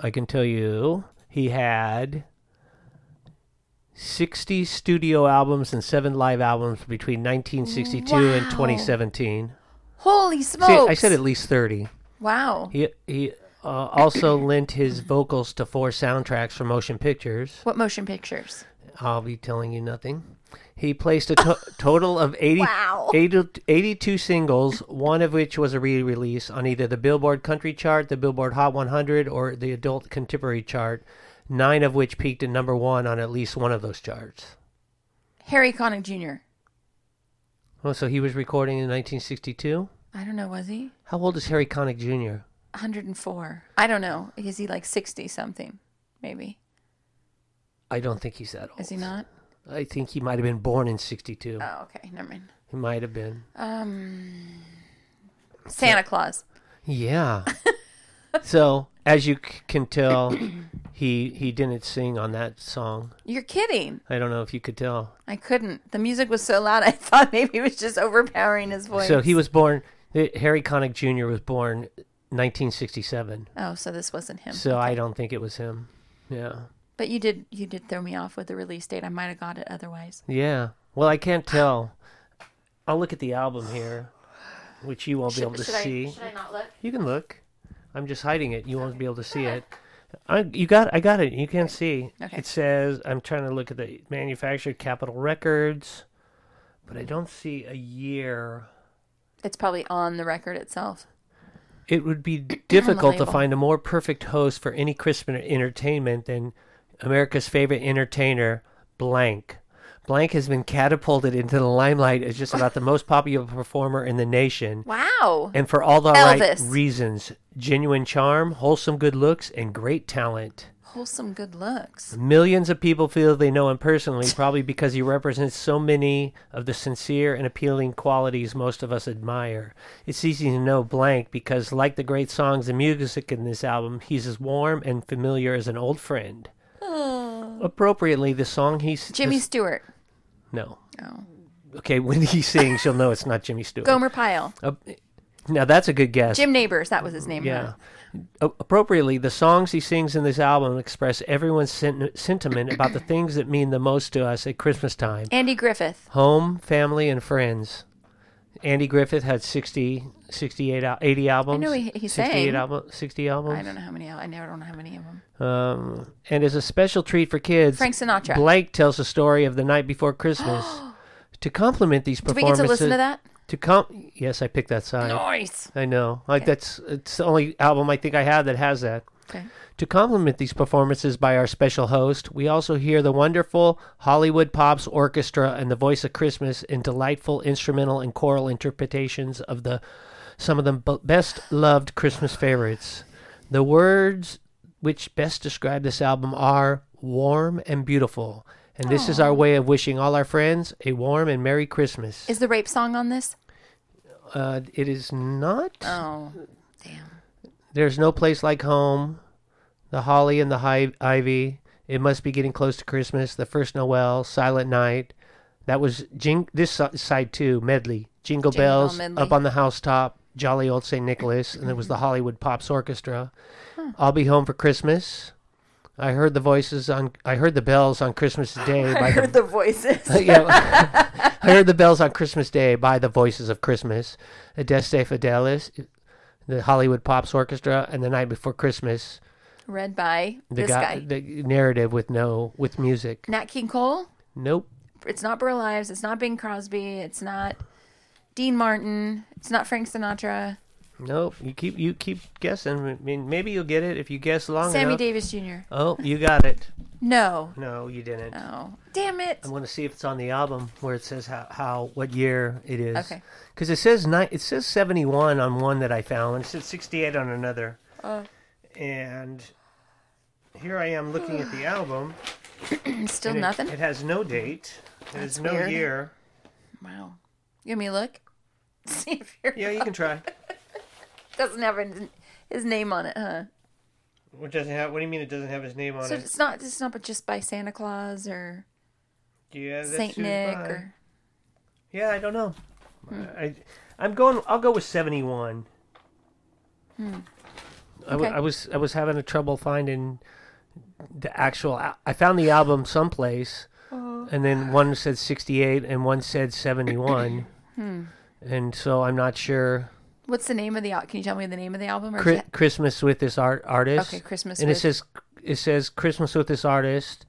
I can tell you he had 60 studio albums and seven live albums between 1962 and
Wow.
2017.
Holy
See,
smokes!
I said at least 30.
Wow.
He he uh, also lent his vocals to four soundtracks for motion pictures.
What motion pictures?
I'll be telling you nothing. He placed a to- [laughs] total of 80,
Wow.
80 82 singles, one of which was a re-release on either the Billboard Country Chart, the Billboard Hot 100, or the Adult Contemporary Chart. Nine of which peaked at number one on at least one of those charts.
Harry Connick Jr.
Oh, so he was recording in 1962.
I don't know. Was he
How old is Harry Connick Jr.?
104? I don't know. Is he like 60 something? Maybe.
I don't think he's that old.
Is he not?
I think he might have been born in '62.
Oh, okay. Never mind. Um,
He might have been.
Santa Claus.
Yeah. so as you c- can tell, he he didn't sing on that song.
You're kidding.
I don't know if you could tell.
I couldn't. The music was so loud. [laughs] I thought maybe it was just overpowering his voice.
So he was born. Harry Connick Jr. was born 1967.
Oh, so this wasn't him.
So I don't think it was him. Yeah.
But you did. You did throw me off with the release date. I might have got it otherwise.
Yeah. Well, I can't tell. I'll look at the album here, which you won't be able to see.
I not look?
You can look. I'm just hiding it. You won't be able to see it. I, you got. I got it. You can see.
Okay.
It says. I'm trying to look at the manufactured Capitol Records, but I don't see a year.
It's probably on the record itself.
It would be difficult to
label.
find a more perfect host for any Christmas entertainment than America's favorite entertainer, Blank. Blank has been catapulted into the limelight as just about the most popular performer in the nation.
Wow.
And for all the right
Elvis.
reasons genuine charm, wholesome good looks, and great talent.
Wholesome good looks.
Millions of people feel they know him
[laughs]
personally, probably because he represents so many of the sincere and appealing qualities most of us admire. It's easy to know Blank because, like the great songs and music in this album, he's as warm and familiar as an old
[sighs]
friend. Appropriately, the song he's.
Jimmy
this-
Stewart.
no.
Oh.
Okay, [laughs] when he sings, you'll know it's not Jimmy Stewart.
Gomer Pyle.
Uh, now, that's a good guess.
Jim Neighbors. That was his name. huh?
Yeah. A- appropriately, the songs he sings in this album express everyone's sen- sentiment about the things that mean the most to us at Christmas time
Andy Griffith.
home, family, and friends. Andy Griffith had 60, 68, al- 80 albums.
know he- he
68
sang.
album, 60 albums.
I don't know how many. I never don't know how many of them.
Um, and as a special treat for kids,
Frank Sinatra.
Blank tells the story of the night before
[gasps]
Christmas. to complement these
Did we get
performances.
to listen to that?
To com- yes, I picked that side.
Nice.
I know. Like that's it's the only album I think I have that has that.
Okay.
To complement these performances by our special host, we also hear the wonderful Hollywood Pops Orchestra and the Voice of Christmas in delightful instrumental and choral interpretations of the some of the b- best loved Christmas favorites. The words which best describe this album are warm and beautiful. And this is our way of wishing all our friends a warm and merry Christmas.
Is the rape song on this?
uh, it is not.
Oh, [laughs] damn.
There's no place like home. The holly and the hi- ivy. It must be getting close to Christmas. The first Noel, Silent Night. That was jing- this si- side too medley. Jingle,
Jingle
bells
Medley.
up on the housetop. Jolly old St. Nicholas, and there was the Hollywood Pops Orchestra. I'll be home for Christmas. I heard the voices on. I heard the bells on Christmas Day.
[laughs]
by the
the
[laughs]
voices.
yeah. I heard the bells on Christmas Day by the Voices of Christmas, Adeste Fidelis, uh, the Hollywood Pops Orchestra, and the Night Before Christmas.
Read by
The
this guy.
the narrative with no with music.
Nat King Cole.
Nope.
It's not Burl Ives. It's not Bing Crosby. It's not Dean Martin. It's not Frank Sinatra.
Nope. You keep you keep guessing. I mean, maybe you'll get it if you guess long
Sammy
enough.
Davis Jr.
oh, you got it.
No.
No, you didn't.
Oh, damn it.
I want to see if it's on the album where it says how, how what year it is.
Okay.
Because it says ni- it says seventy one on one that I found, and it said sixty eight on another.
Oh.
And here I am looking at
[sighs]
the album.
Still
and it-
nothing.
It, has no date. There's
That's
no
weird.
year.
Wow. Give me a look. [laughs] See if your
Yeah, you can try.
[laughs] doesn't have his- his name on it, huh?
What doesn't have? What do you mean it doesn't have his name on
So
it?
it's not it's not but just by Santa Claus or
Yeah, that
Saint
should
Nick
buy.
or
Yeah, I don't know. I, I'm going. I'll go with 71. I, w-
Okay.
I was I was having a trouble finding the actual. al- I found the album someplace, and then one said 68 and one said 71, and so I'm not sure.
what's the name of the al- can you tell me the name of the album or is
Chri-
it-
Christmas with this art artist.
Okay, Christmas
And
with-
it says it says Christmas with this artist,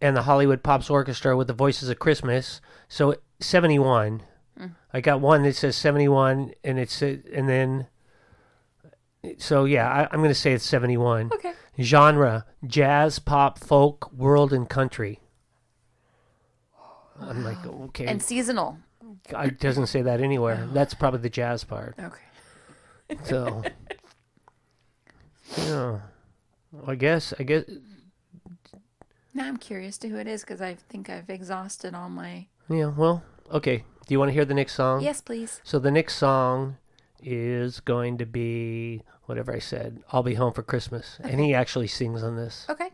and the Hollywood Pops Orchestra with the Voices of Christmas. So seventy one.
Mm.
I got one that says seventy one, and it's and then. So yeah, I, I'm gonna say it's seventy one.
okay
Genre: jazz, pop, folk, world, and country. I'm
[gasps]
like, okay,
and seasonal
I- it doesn't say that anywhere. That's probably the jazz part.
okay
So, yeah, I guess I guess
now I'm curious to who it is because I think I've exhausted all my
yeah. Well, okay. Do you want to hear the next song?
yes please
So the next song is going to be whatever I said. I'll be home for Christmas, and he actually sings on this.
okay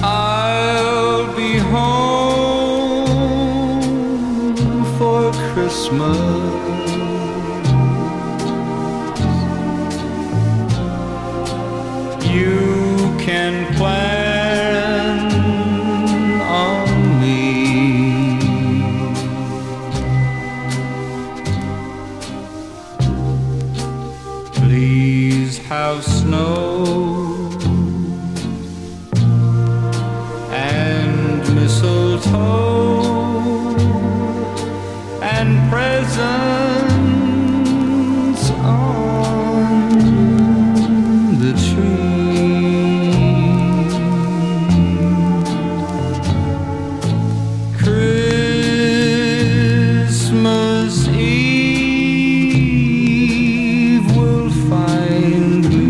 I'll be home for Christmas. You can plan on me. Please have snow and mistletoe and presents on the tree. Christmas Eve will find me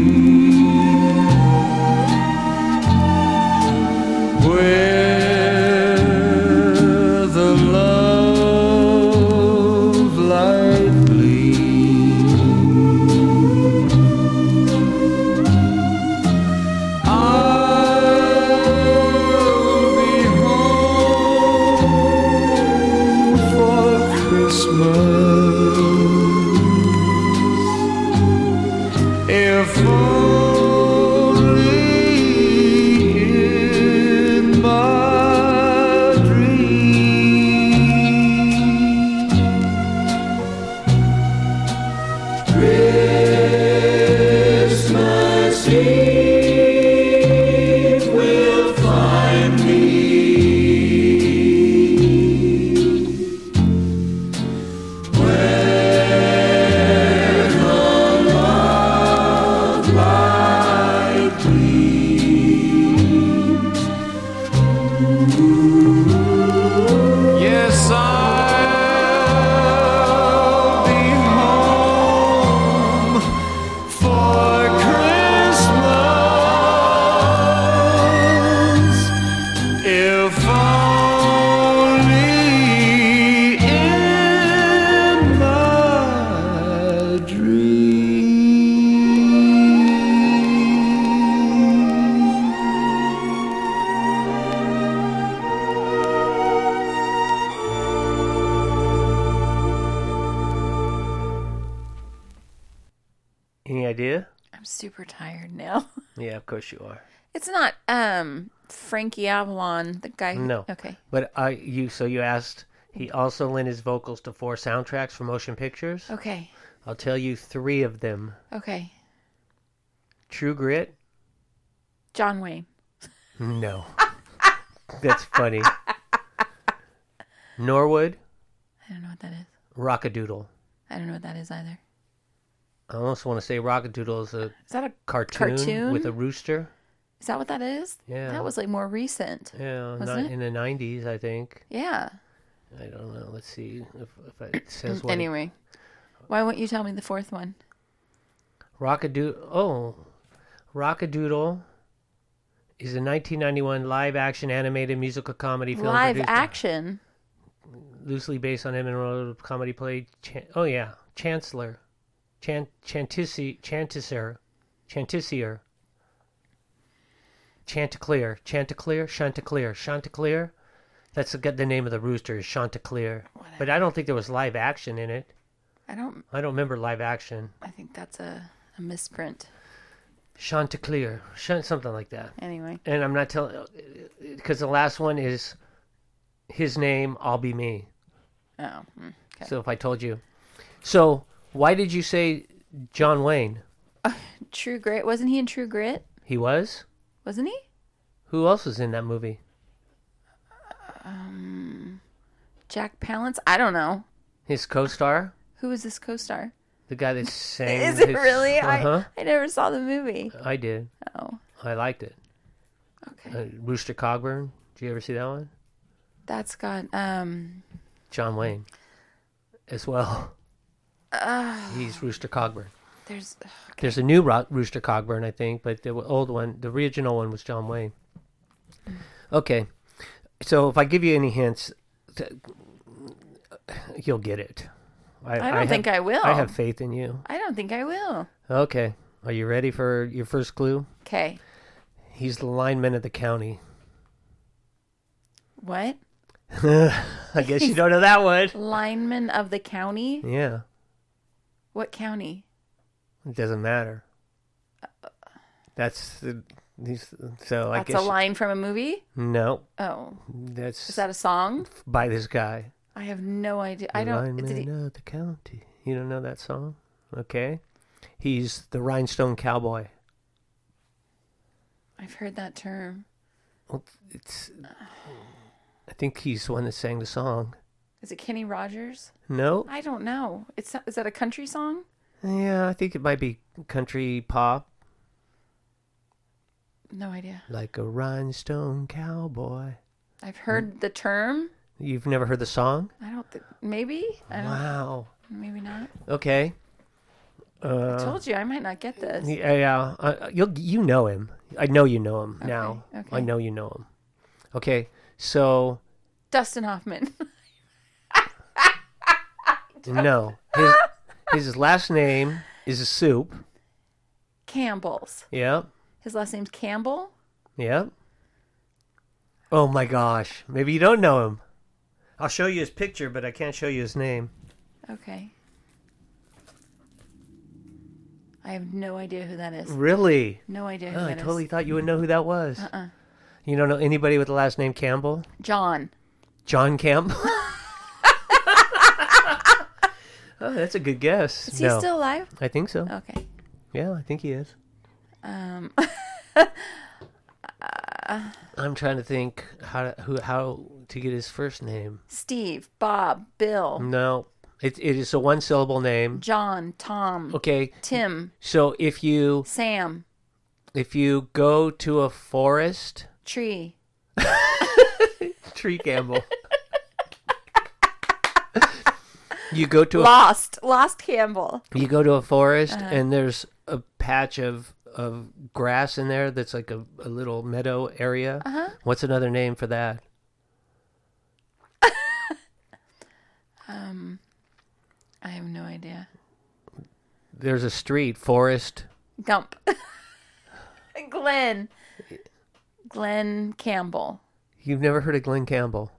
where the love light gleams. I'll be home for Christmas if only in my dream. Christmas Eve will find me. Yes, I'll be home for Christmas if only in my dream.
Any idea?
I'm super tired now [laughs]
Yeah, of course you are.
it's not um Frankie Avalon the guy who,
No.
okay
But I you so you asked. He also lent his vocals to four soundtracks for motion pictures.
okay
I'll tell you three of them:
okay
True Grit.
John Wayne
[laughs] No, that's funny. Norwood,
I don't know what that is
Rockadoodle.
I don't know what that is either
I almost want to say Rockadoodle is a
is that a
cartoon,
Cartoon?
with a rooster.
is that what that is
Yeah.
that was like more recent
Yeah,
Wasn't
ni- in the nineties, I think.
yeah
I don't know. Let's see if, if
[clears throat]
it says what. it-
anyway why won't you tell me the fourth one
Rockadoodle. Oh, Rockadoodle is a 1991 live-action animated musical comedy film
live
produced-
action
loosely based on Edmund Road comedy play. Chan- oh yeah, Chancellor, Chan- Chantice- Chanticleer, Chanticleer. Chanticleer, Chanticleer, Chanticleer, Chanticleer. That's the, the name of the rooster is Chanticleer. But I don't think there was live action in it.
I don't.
I don't remember live action.
I think that's a, a misprint.
Chanticleer, Chant, something like that.
Anyway,
And I'm not telling because the last one is his name. I'll be me.
oh,
hmm.
mm, okay.
So if I told you, so why did you say John Wayne?
True Grit wasn't he in True Grit?
He was.
Wasn't he?
Who else was in that movie?
Jack Palance? I don't know.
His co-star,
Who is this co-star?
the guy that sang.
Is it
his-
really?
Uh-huh. Uh,
I I never saw the movie.
I did.
Oh,
I liked it.
okay.
Uh, Rooster Cogburn. Did you ever see that one?
That's got um.
John Wayne, as
[sighs]
well. He's Rooster Cogburn.
There's
There's a new Ro- Rooster Cogburn, I think, but the old one, the original one, was John Wayne. Okay, so if I give you any hints, th- you'll get it.
I don't think
have,
I will.
I have faith in you.
I don't think I will.
Okay, are you ready for your first clue?
Okay.
He's the lineman at the county.
What?
I guess
[laughs]
you don't know that one.
Lineman of the county?
Yeah,
What county?
it doesn't matter. That's the, he's, so I
That's a
guess
line from a movie?
no.
Oh,
That's
is that a song?
by this guy.
I have no idea. I
The
don't.
lineman
Did he,
of the county. You don't know that song? Okay. He's the rhinestone cowboy.
I've heard that term.
Well, it's. I think he's the one that sang the song.
Is it Kenny Rogers?
No.
I don't know. It's is that a country song?
Yeah, I think it might be country pop,
No idea.
like a rhinestone cowboy.
I've
Hmm.
heard the term.
You've never heard the song?
I don't think. Maybe. I don't.
Wow.
Maybe not.
Okay. Uh,
I told you I might not get this.
Yeah, yeah. Uh, you'll you know him. I know you know him now.
okay.
I know you know him. Okay. So
Dustin Hoffman. [laughs]
No.
[laughs]
His, his last name is a soup.
Campbell's.
Yep.
His last name's Campbell.
Yep. Oh my gosh. Maybe you don't know him. I'll show you his picture, but I can't show you his name.
Okay. I have no idea who that is.
Really?
No idea who
Oh, I
that is.
totally thought you would know who that was.
Uh-uh.
You don't know anybody with the last name Campbell?
John.
John
[laughs]
Campbell? oh, that's a good guess.
Is
no.
he still Oh. alive?
I think so.
Okay.
Yeah, I think he is.
Um, [laughs]
I'm trying to think how to, who how to get his first name.
Steve, Bob, Bill,
No, it it is a one syllable name.
John, Tom,
Okay,
Tim,
so if you
Sam,
if you go to a forest,
Tree.
tree Campbell. you go to a,
Lost. Lost Campbell.
you go to a forest
Uh-huh.
and there's a patch of of grass in there that's like a, a little meadow area. Uh-huh. What's another name for that?
I have no idea.
There's a street, forest.
Gump. [laughs] Glenn. Glenn Campbell.
You've never heard of Glenn Campbell.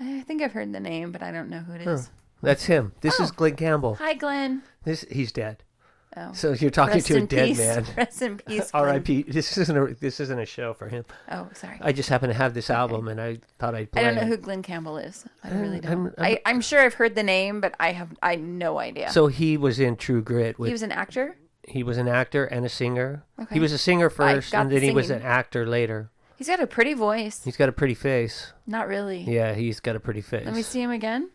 I think I've heard the name, but I don't know who it is.
That's him. This is Glenn Campbell.
Hi, Glenn.
This he's dead.
Oh.
So you're talking
Rest
to a
in
dead
peace.
man.
[laughs] Rest
[laughs]
in peace. Glenn.
R.I.P. This isn't a this isn't a show for him.
Oh, sorry.
I just happen to have this album, and I thought I'd
I
play.
don't know
it.
who Glenn Campbell is. I really
I'm-
don't.
I'm-
I, I'm sure I've heard the name, but I have I no idea.
So he was in True Grit. With
he was an actor.
he was an actor and a singer. He
Okay.
was a singer first,
got
and
the
then he was an
singing.
actor later.
He's got a pretty voice.
He's got a pretty face.
Not really.
Yeah, he's got a pretty face.
Let me see him again.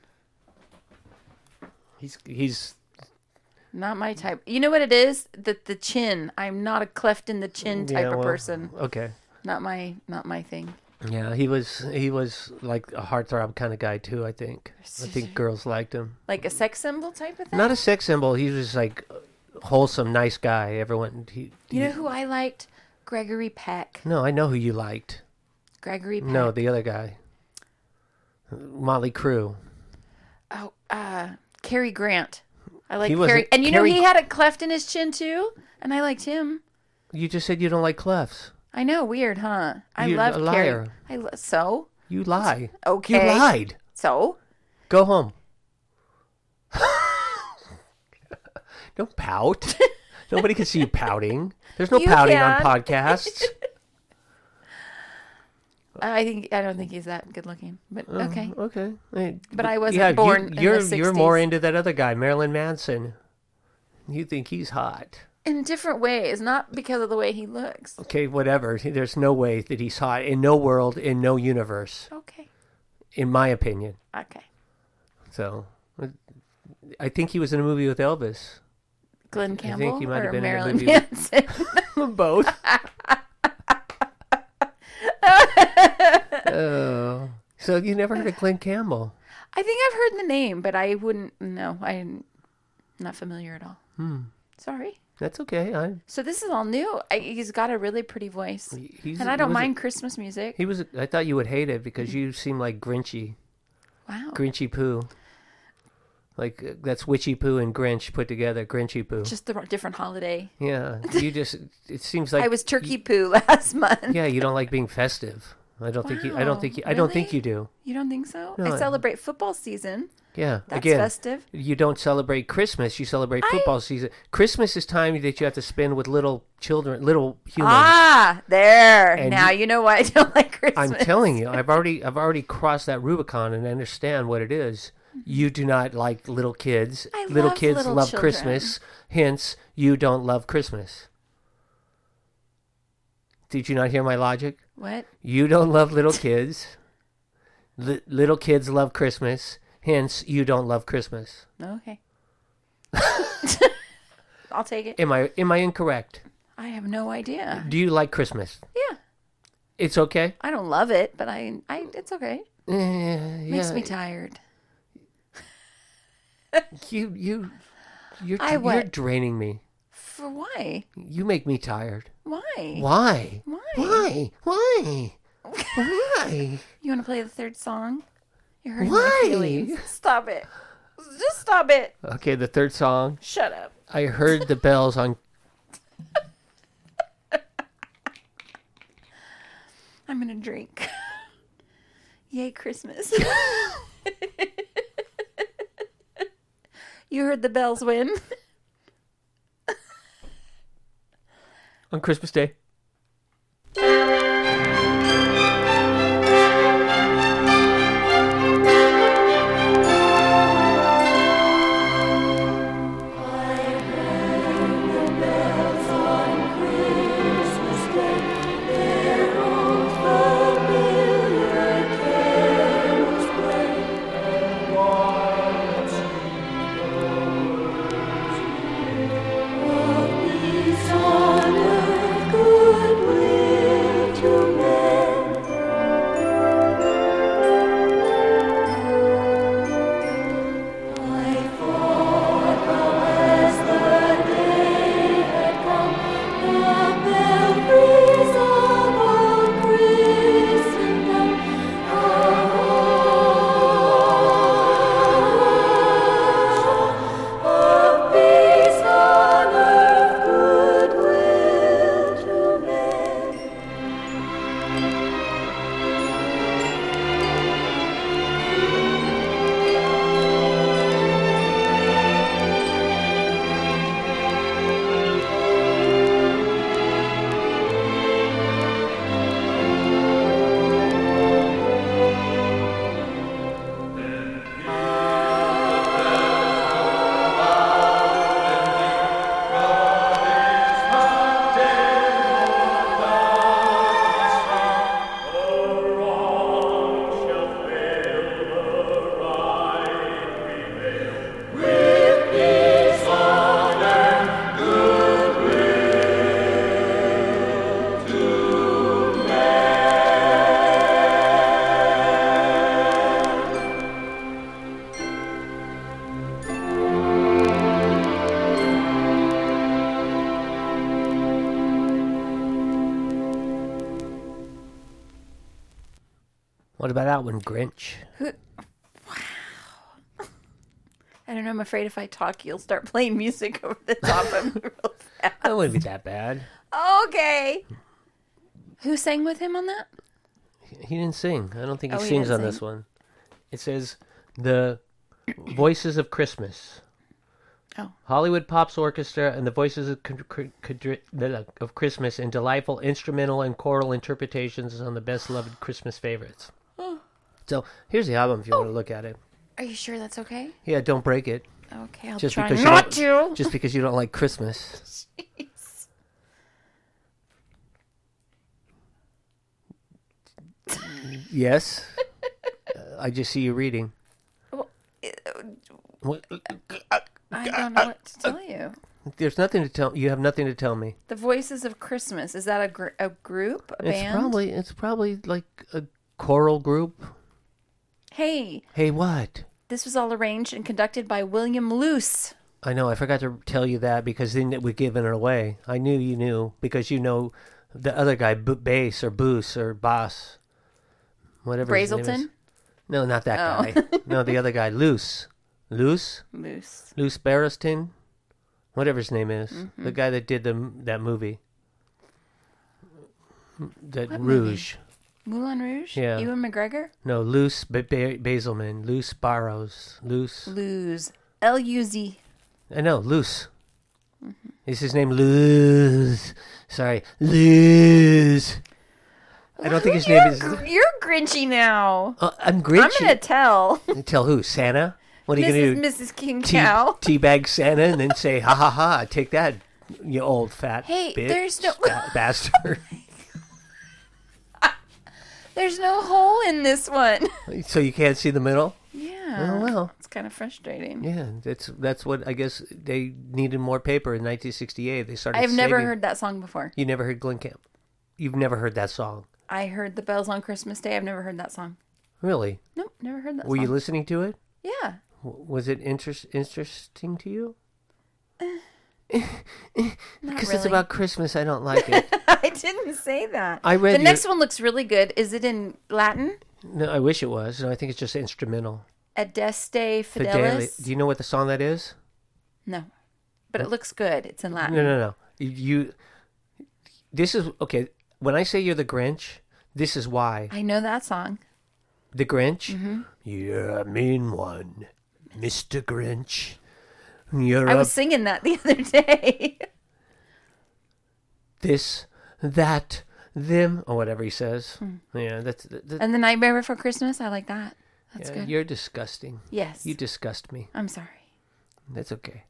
He's he's
Not my type. You know what it is? The the chin. I'm not a cleft in the chin type
yeah,
of
well,
person.
Okay.
Not my not my thing.
Yeah, he was he was like a heartthrob kind of guy too. I think. I think girls liked him.
Like a sex symbol type of thing.
Not a sex symbol. He was like wholesome, nice guy. Everyone. He,
you know who I liked? Gregory Peck.
no, I know who you liked.
Gregory Peck.
No, the other guy. Motley Crue.
Oh, uh, Cary Grant. I like
He wasn't-
Cary. And you know
Cary-
he had a cleft in his chin too, and I liked him.
You just said you don't like clefs.
I know, weird, huh? I
You're
love
a
Carrie.
liar.
I lo- so
You lie. You
Okay.
lied.
so.
Go home. [laughs] Don't
[laughs]
pout. Nobody can see you pouting. There's no
You
pouting on
can.
podcasts.
I think I don't think he's that good looking, but [laughs]
Uh-huh.
okay.
Mm, Okay. Hey,
But I wasn't
yeah, you-
born in the
You're you're more
60s.
into that other guy, Marilyn Manson. You think he's hot?
In different ways, not because of the way he looks.
Okay, whatever. There's no way that he's hot in no world, in no universe,
Okay.
in my opinion.
Okay.
So, I think he was in a movie with Elvis.
Glenn
think
Campbell
he might have
or
been in a
Marilyn
movie
Manson.
Both.
[laughs]
Oh. so you never heard of Glenn Campbell?
I think I've heard the name, but I wouldn't know. I'm not familiar at all. Hmm. Sorry.
That's okay. I
So this is all new. I, he's got a really pretty voice,
he's,
and
he
I don't
was a-
mind Christmas music.
he was. I thought you would hate it because you seem like Grinchy,
wow.
Grinchy poo. Like uh, that's witchy poo and Grinch put together. Grinchy poo.
Just the different holiday.
yeah, you just. It seems like
[laughs] I was turkey poo last month.
Yeah, you don't like being festive. I don't think you. I don't
Wow,
think you. I don't think
really?
you do.
You don't think so?
No,
I
I-
celebrate football season.
Yeah.
That's
Again,
festive.
you don't celebrate Christmas. You celebrate football season. Christmas is time that you have to spend with little children, little humans.
Ah, there.
And
now you, know why I don't [laughs] like Christmas.
I'm telling you, I've already I've already crossed that Rubicon and understand what it is. You do not like little kids.
Mm-hmm. I
little
love
kids
little
love
children.
Christmas. Hence, you don't love Christmas. Did you not hear my logic?
What?
You don't love
[laughs]
little kids. Li- little kids love Christmas. Hence, you don't love Christmas. [laughs]
Okay. I'll take it.
Am I am I incorrect?
I have no idea.
Do you like Christmas?
Yeah.
It's okay.
I don't love it, but I, I it's okay.
Eh,
Makes
yeah.
me tired.
you you you're,
I
you're
what?
draining me.
For why?
You make me tired.
Why?
Why?
Why?
Why? Why? Why?
You want to play the third song? You're hurting
Why?
my feelings. Stop it. Just stop it.
Okay, the third song.
Shut up.
I heard the bells on.
I'm gonna drink. [laughs] Yay, Christmas. [laughs] you heard the bells win.
on Christmas Day. What about that one, Grinch?
I don't know. I'm afraid if I talk, you'll start [laughs] playing
[laughs]
music over the top of me real fast.
That wouldn't be that bad.
Okay. Who sang with him on that?
He didn't sing. I don't think he
Oh, he
sings
didn't
on this
sing?
one. It says the Voices of Christmas.
Oh.
Hollywood Pops Orchestra and the Voices of, Con- Cri- Cadri- the- of Christmas in delightful instrumental and choral interpretations on the best loved Christmas favorites. So here's the album if you want to look at it.
Are you sure that's okay?
Yeah, don't break it
Okay, I'll
just
try
because
not
you don't,
to.
just because you don't like Christmas.
[laughs] Jeez. [laughs]
Yes, Uh, I just see you reading.
Well,
What-
I
uh,
don't know what to tell you.
There's nothing to tell. You have nothing to tell me.
The Voices of Christmas is that a, gr- a group, a
It's
band?
probably it's probably like a choral group.
Hey,
Hey, what?
this was all arranged and conducted by William Luce.
I know I forgot to tell you that because then we're giving it away. I knew you knew because you know the other guy, B- Bass or Boos or Boss, whatever. his name is.
Brazelton?
No, not that guy. no, the other guy, Loose, Loose,
Moose.
Loose Barristan, whatever his name is, the guy that did the m- that movie. That Rouge.
Moulin Rouge?
Yeah.
Ewan McGregor?
No, Loose ba- ba- Basilman, Loose Barrows, Loose.
Luz. L U Z.
I know, Loose.
Mm-hmm.
Is his name Luz? Sorry, Luz. I don't think his name is.
Gr- You're grinchy now.
Uh, I'm
I'm
Grinch.
going to tell
[laughs] Tell who? Santa? What are you
Mrs.
gonna do?
Mrs. King
Tea-
Cow.
teabag Santa and then say, "Ha ha ha! Take that, you old fat
Hey,
bitch,
there's no-
ba-
[laughs]
bastard." [laughs]
There's no hole in this one. [laughs]
so you can't see the middle.
Yeah.
Oh well.
It's kind of frustrating.
Yeah, that's that's what I guess they needed more paper in 1968. They started.
I've never
saving-
heard that song before.
You never heard Glenkamp. You've never heard that song,
I heard the bells on Christmas Day. I've never heard that song.
really?
Nope, never heard that
Were you
song.
listening to it?
yeah. [laughs]
W- Was it interest interesting to you? [laughs]
Not
Because
really.
it's about Christmas. I don't like it.
I didn't say that.
I read
[laughs] the
your-
next one looks really good. Is it in Latin?
no, I wish it was. No, I think it's just instrumental.
Adeste
The daily.
Fidelis?
Do you know what the song that is?
No. But it looks good. It's in Latin.
No, no, no. You. This is okay. When I say you're the Grinch, this is why
I know that song.
the Grinch.
Mm-hmm.
You're a mean one, Mister Grinch. You're
I
a
was singing that [laughs] the other day. [laughs]
this, that, them, or whatever he says.
Hmm.
Yeah, that's that, that-
and The Nightmare Before Christmas, I like that. That's
yeah,
good.
you're disgusting.
Yes.
You disgust me.
I'm sorry.
That's okay.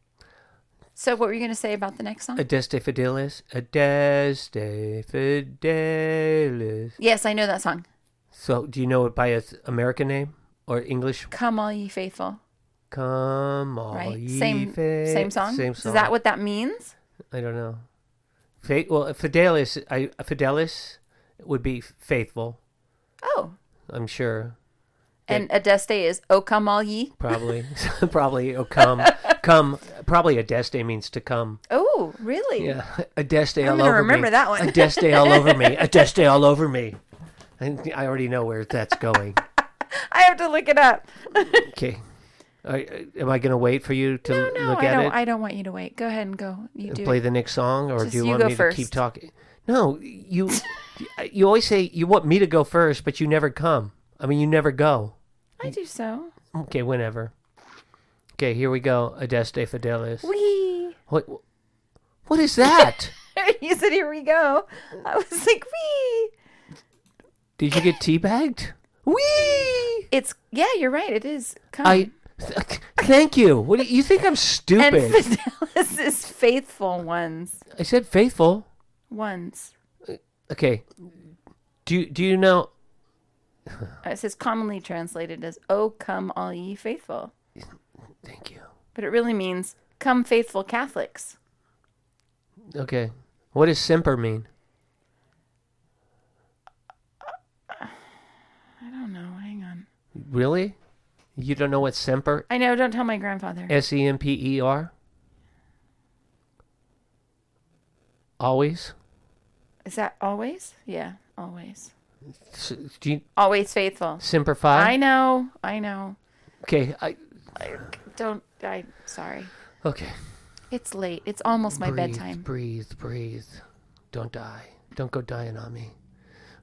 So what were you going to say about the next song?
Adeste Fidelis. Adeste Fidelis.
yes, I know that song.
So, do you know it by its American name or English?
Come all ye faithful.
Come all
Right?
ye
same
fa-
same song?
Same song.
Is that what that means?
I don't know. Fa- well, Fidelis, I, Fidelis would be faithful,
Oh.
I'm sure.
And Adeste is O come all ye.
Probably, [laughs] probably. Oh,
[laughs]
come, come. Probably adeste means to come.
Oh, really?
Yeah, [laughs] adeste all
gonna
over me.
remember that one.
Adeste all over me.
[laughs]
Adeste all over me. I, I already know where that's going.
I have to look it up.
Okay. Are, am I gonna wait for you to
No, no,
look
I
at
don't.
it
I don't want you to wait. Go ahead and go. You
and
do.
play the next song, or
Just
do you
you
want
go
me to keep
first.
talking? No, you. you always say you want me to go first, but you never come. I mean, you never go.
I do
[laughs]
so.
Okay, whenever. Okay, here we go. Adeste Fidelis.
Wee.
What? What is that?
[laughs] you said, "Here we go." I was like, "Wee."
Did you get teabagged? Wee!
It's yeah. You're right. It is. Come.
I th- [laughs] thank you. What do you think I'm
and
stupid?
Fidelis [laughs] is faithful ones.
I said faithful.
Ones.
Okay. Do you- do you know?
Uh, It says commonly translated as "O come all ye faithful,"
Thank you.
but it really means "Come faithful Catholics."
Okay. What does simper mean?
I don't know. Hang on.
Really? You don't know what semper?
I know. Don't tell my grandfather.
S e m p e r. Always.
Is that always? Yeah, always.
S- Do you
Always faithful. I
simplify?
know. I know.
Okay. I
Don't. I. Sorry.
okay.
It's late. It's almost my
breathe,
bedtime.
Breathe, breathe. Don't die. Don't go dying on me.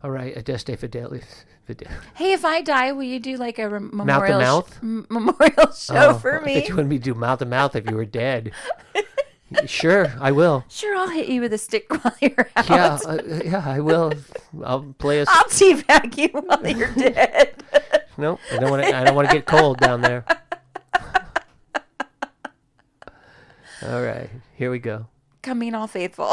All right, Adeste Fidelis. Fidelis.
Hey, if I die, will you do like a rem-
to
memorial sh-
mouth?
m-
[laughs]
memorial show Oh, for
Oh, I
me?
thought you wanted me to do mouth to mouth if you were dead. [laughs] sure, I
[laughs]
will.
Sure, I'll hit you with a stick while you're out.
Yeah, uh, yeah, I will. I'll play a.
Oh, I'll teabag you while you're dead. [laughs]
No, I don't want to. I don't want to get cold down there. [laughs] All right, here we go.
Coming all faithful.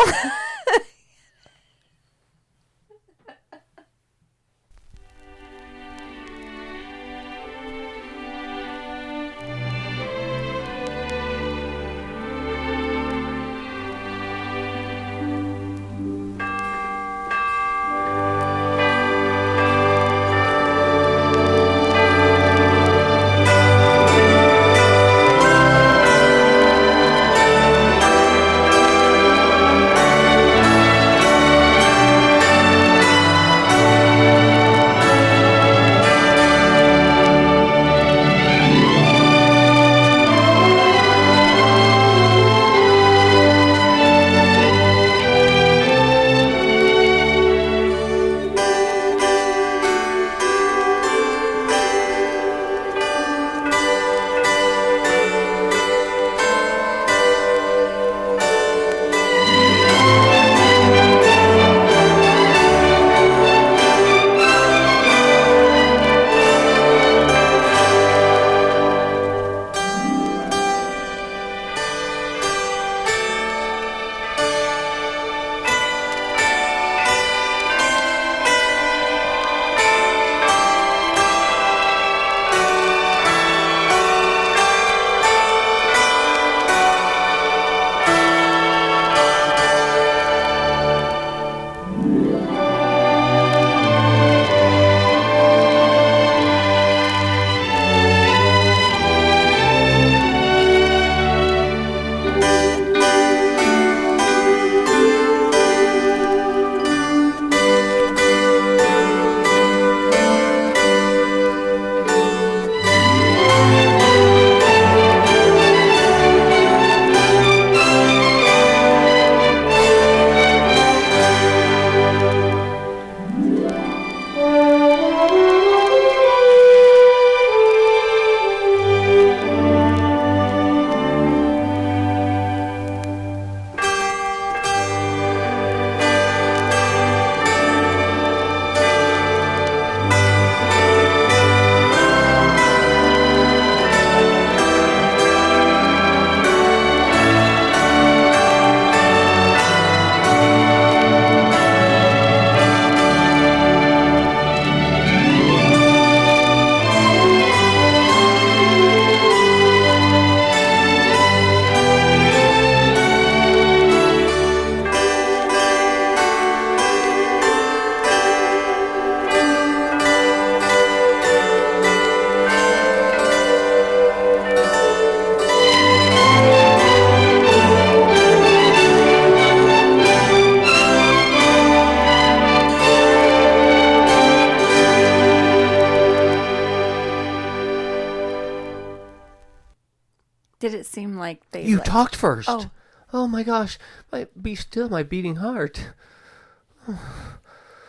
Did it seem like they?
You
like-
talked first.
Oh.
Oh my gosh! My, be still, my beating heart.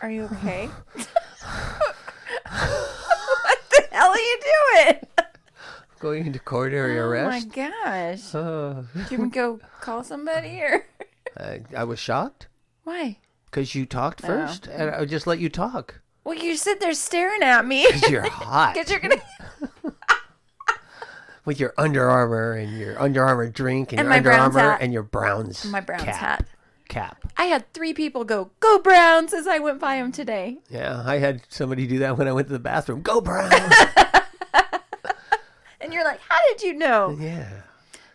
Are you okay? [laughs] what the hell are you doing?
Going into coronary
Oh my
arrest.
gosh!
Uh,
Do you want to go call somebody or
I, I was shocked
why?
because you talked first, and I just let you talk.
Well, you sit there staring
[laughs]
at me
'Cause
[laughs]
You're hot
because you're gonna.
with your Under Armour and your Under Armour drink and,
And
your
my
Under
Browns
Armour
hat.
and your Browns.
My Browns
cap.
hat.
Cap.
I had three people go, "Go Browns!" as I went by him today.
Yeah, I had somebody do that when I went to the bathroom. Go
[laughs]
Browns.
And you're like, how did you know?
yeah.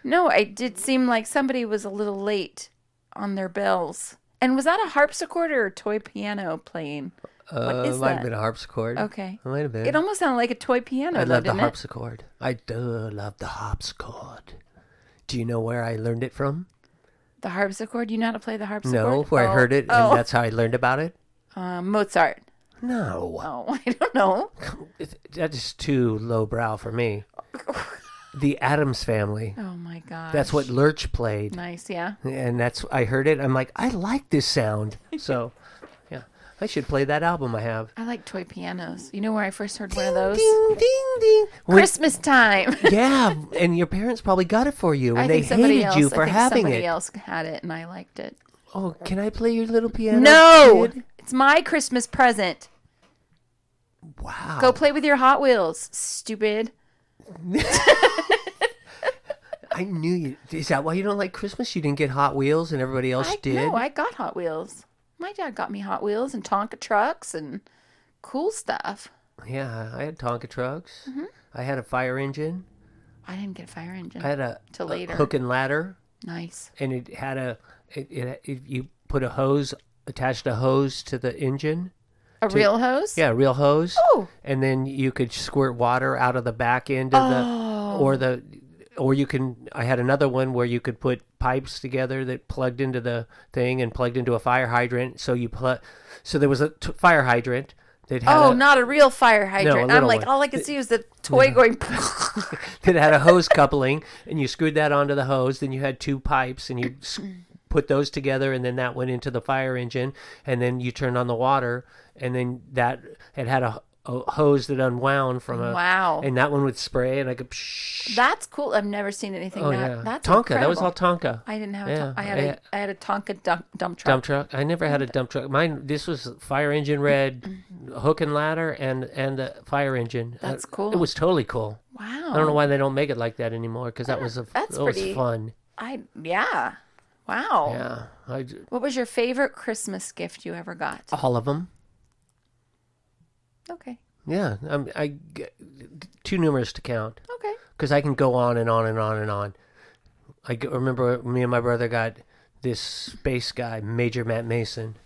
No, it did seem like somebody was a little late on their bells. And was that a harpsichord or a toy piano playing?
Uh,
is
it might
that?
have been a harpsichord.
Okay.
It might have been.
It almost sounded like a toy piano,
I
though,
love the
didn't it?
harpsichord. I do love the harpsichord. Do you know where I learned it from?
The harpsichord. You know how to play the harpsichord?
No, where
Oh,
I heard it,
Oh,
and that's how I learned about it.
uh, Mozart.
No,
Oh, [laughs] I don't know.
It- that is too lowbrow for
[laughs]
me. the Adams Family.
Oh my god.
That's what Lurch played,
Nice, yeah. [laughs]
and that's I heard it. I'm like, I like this sound. So, yeah, I should play that album I have.
I like toy pianos. You know where I first heard one of those?
Ding ding ding. When-
Christmas time.
[laughs] yeah, and your parents probably got it for you, and
I
they
think somebody
hated
else.
you
I
for
think
having
somebody
it.
else had it, and I liked it.
Oh, can I play your little piano?
No,
kid?
it's my Christmas present.
Wow.
Go play with your Hot Wheels, stupid.
I knew you. Is that why you don't like Christmas? You didn't get Hot Wheels, and everybody else
I
did.
no, I got Hot Wheels. My dad got me Hot Wheels and Tonka trucks and cool stuff.
Yeah, I had Tonka trucks.
Mm-hmm.
I had a fire engine.
I didn't get a fire engine.
I had a,
Till
a
later.
hook and ladder,
nice.
and it had a. It, it, it you put a hose attached a hose to the engine.
A real hose?
Yeah, a real hose.
Oh.
And then you could squirt water out of the back end of
Oh.
the or the or you can I had another one where you could put pipes together that plugged into the thing and plugged into a fire hydrant so you pl- so there was a t- fire hydrant that had
Oh,
a,
not a real fire hydrant. I'm
little
like,
one.
all I could see was the toy
[laughs]
going. [laughs]
that had a hose coupling and you screwed that onto the hose then you had two pipes and you s- put those together and then that went into the fire engine and then you turned on the water and then that it had a, a hose that unwound from a
Wow.
and that one would spray and I could psh,
That's cool. I've never seen anything.
oh
that,
yeah
That's
Tonka that was
incredible.
all Tonka
I didn't have. A
Yeah,
ton- I had
I
a.
had-
I had a Tonka dump, dump truck.
dump truck I never had
Mm.
a dump truck mine this was fire engine red hook and ladder and and the fire engine Uh,
Mm-hmm. That's cool.
it was totally cool
Wow.
I don't know why they don't make it like that anymore because that was a
Ah, that's
that was
pretty-
fun
I yeah. Wow.
yeah I j-
What was your favorite Christmas gift you ever got?
all of them
Okay.
Yeah, I'm I g- too numerous to count
Okay. [laughs]
because I can go on and on and on and on. I g- remember me and my brother got this space guy, Major Matt Mason,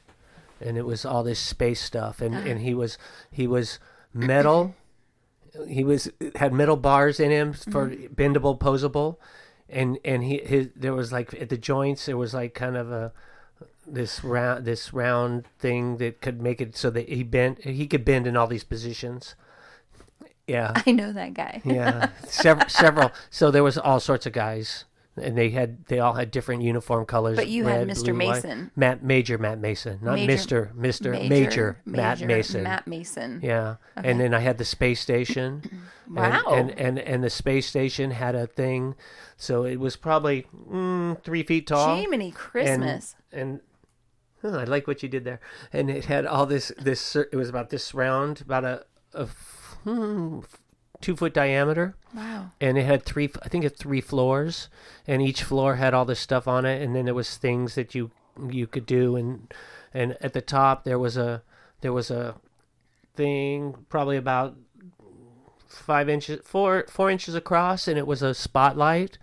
and it was all this space stuff, and, and he was he was metal. [clears throat] he was had metal bars in him for bendable, posable, and and he his there was like at the joints there was like kind of a this round this round thing that could make it so that he bent he could bend in all these positions. Yeah.
I know that guy.
Yeah, several, several. So there was all sorts of guys, and they had they all had different uniform colors.
But you
red,
had Mr.
blue, white.
Mason.
Matt Major Matt Mason, not
Major-
Mister Mister Major, Matt Mason.
Matt Mason.
Yeah, and then I had the space
[clears throat]
station.
Wow.
And, and and and the space station had a thing, so it was probably mm, three feet tall.
Jiminy
and-
Christmas.
and. huh, I like what you did there, and it had all this. This cir- it was about this round, about a, a f- hmm, two foot diameter,
wow.
and it had three i think it had three floors and each floor had all this stuff on it and then there was things that you you could do and and at the top there was a there was a thing probably about five inches four four inches across and it was a spotlight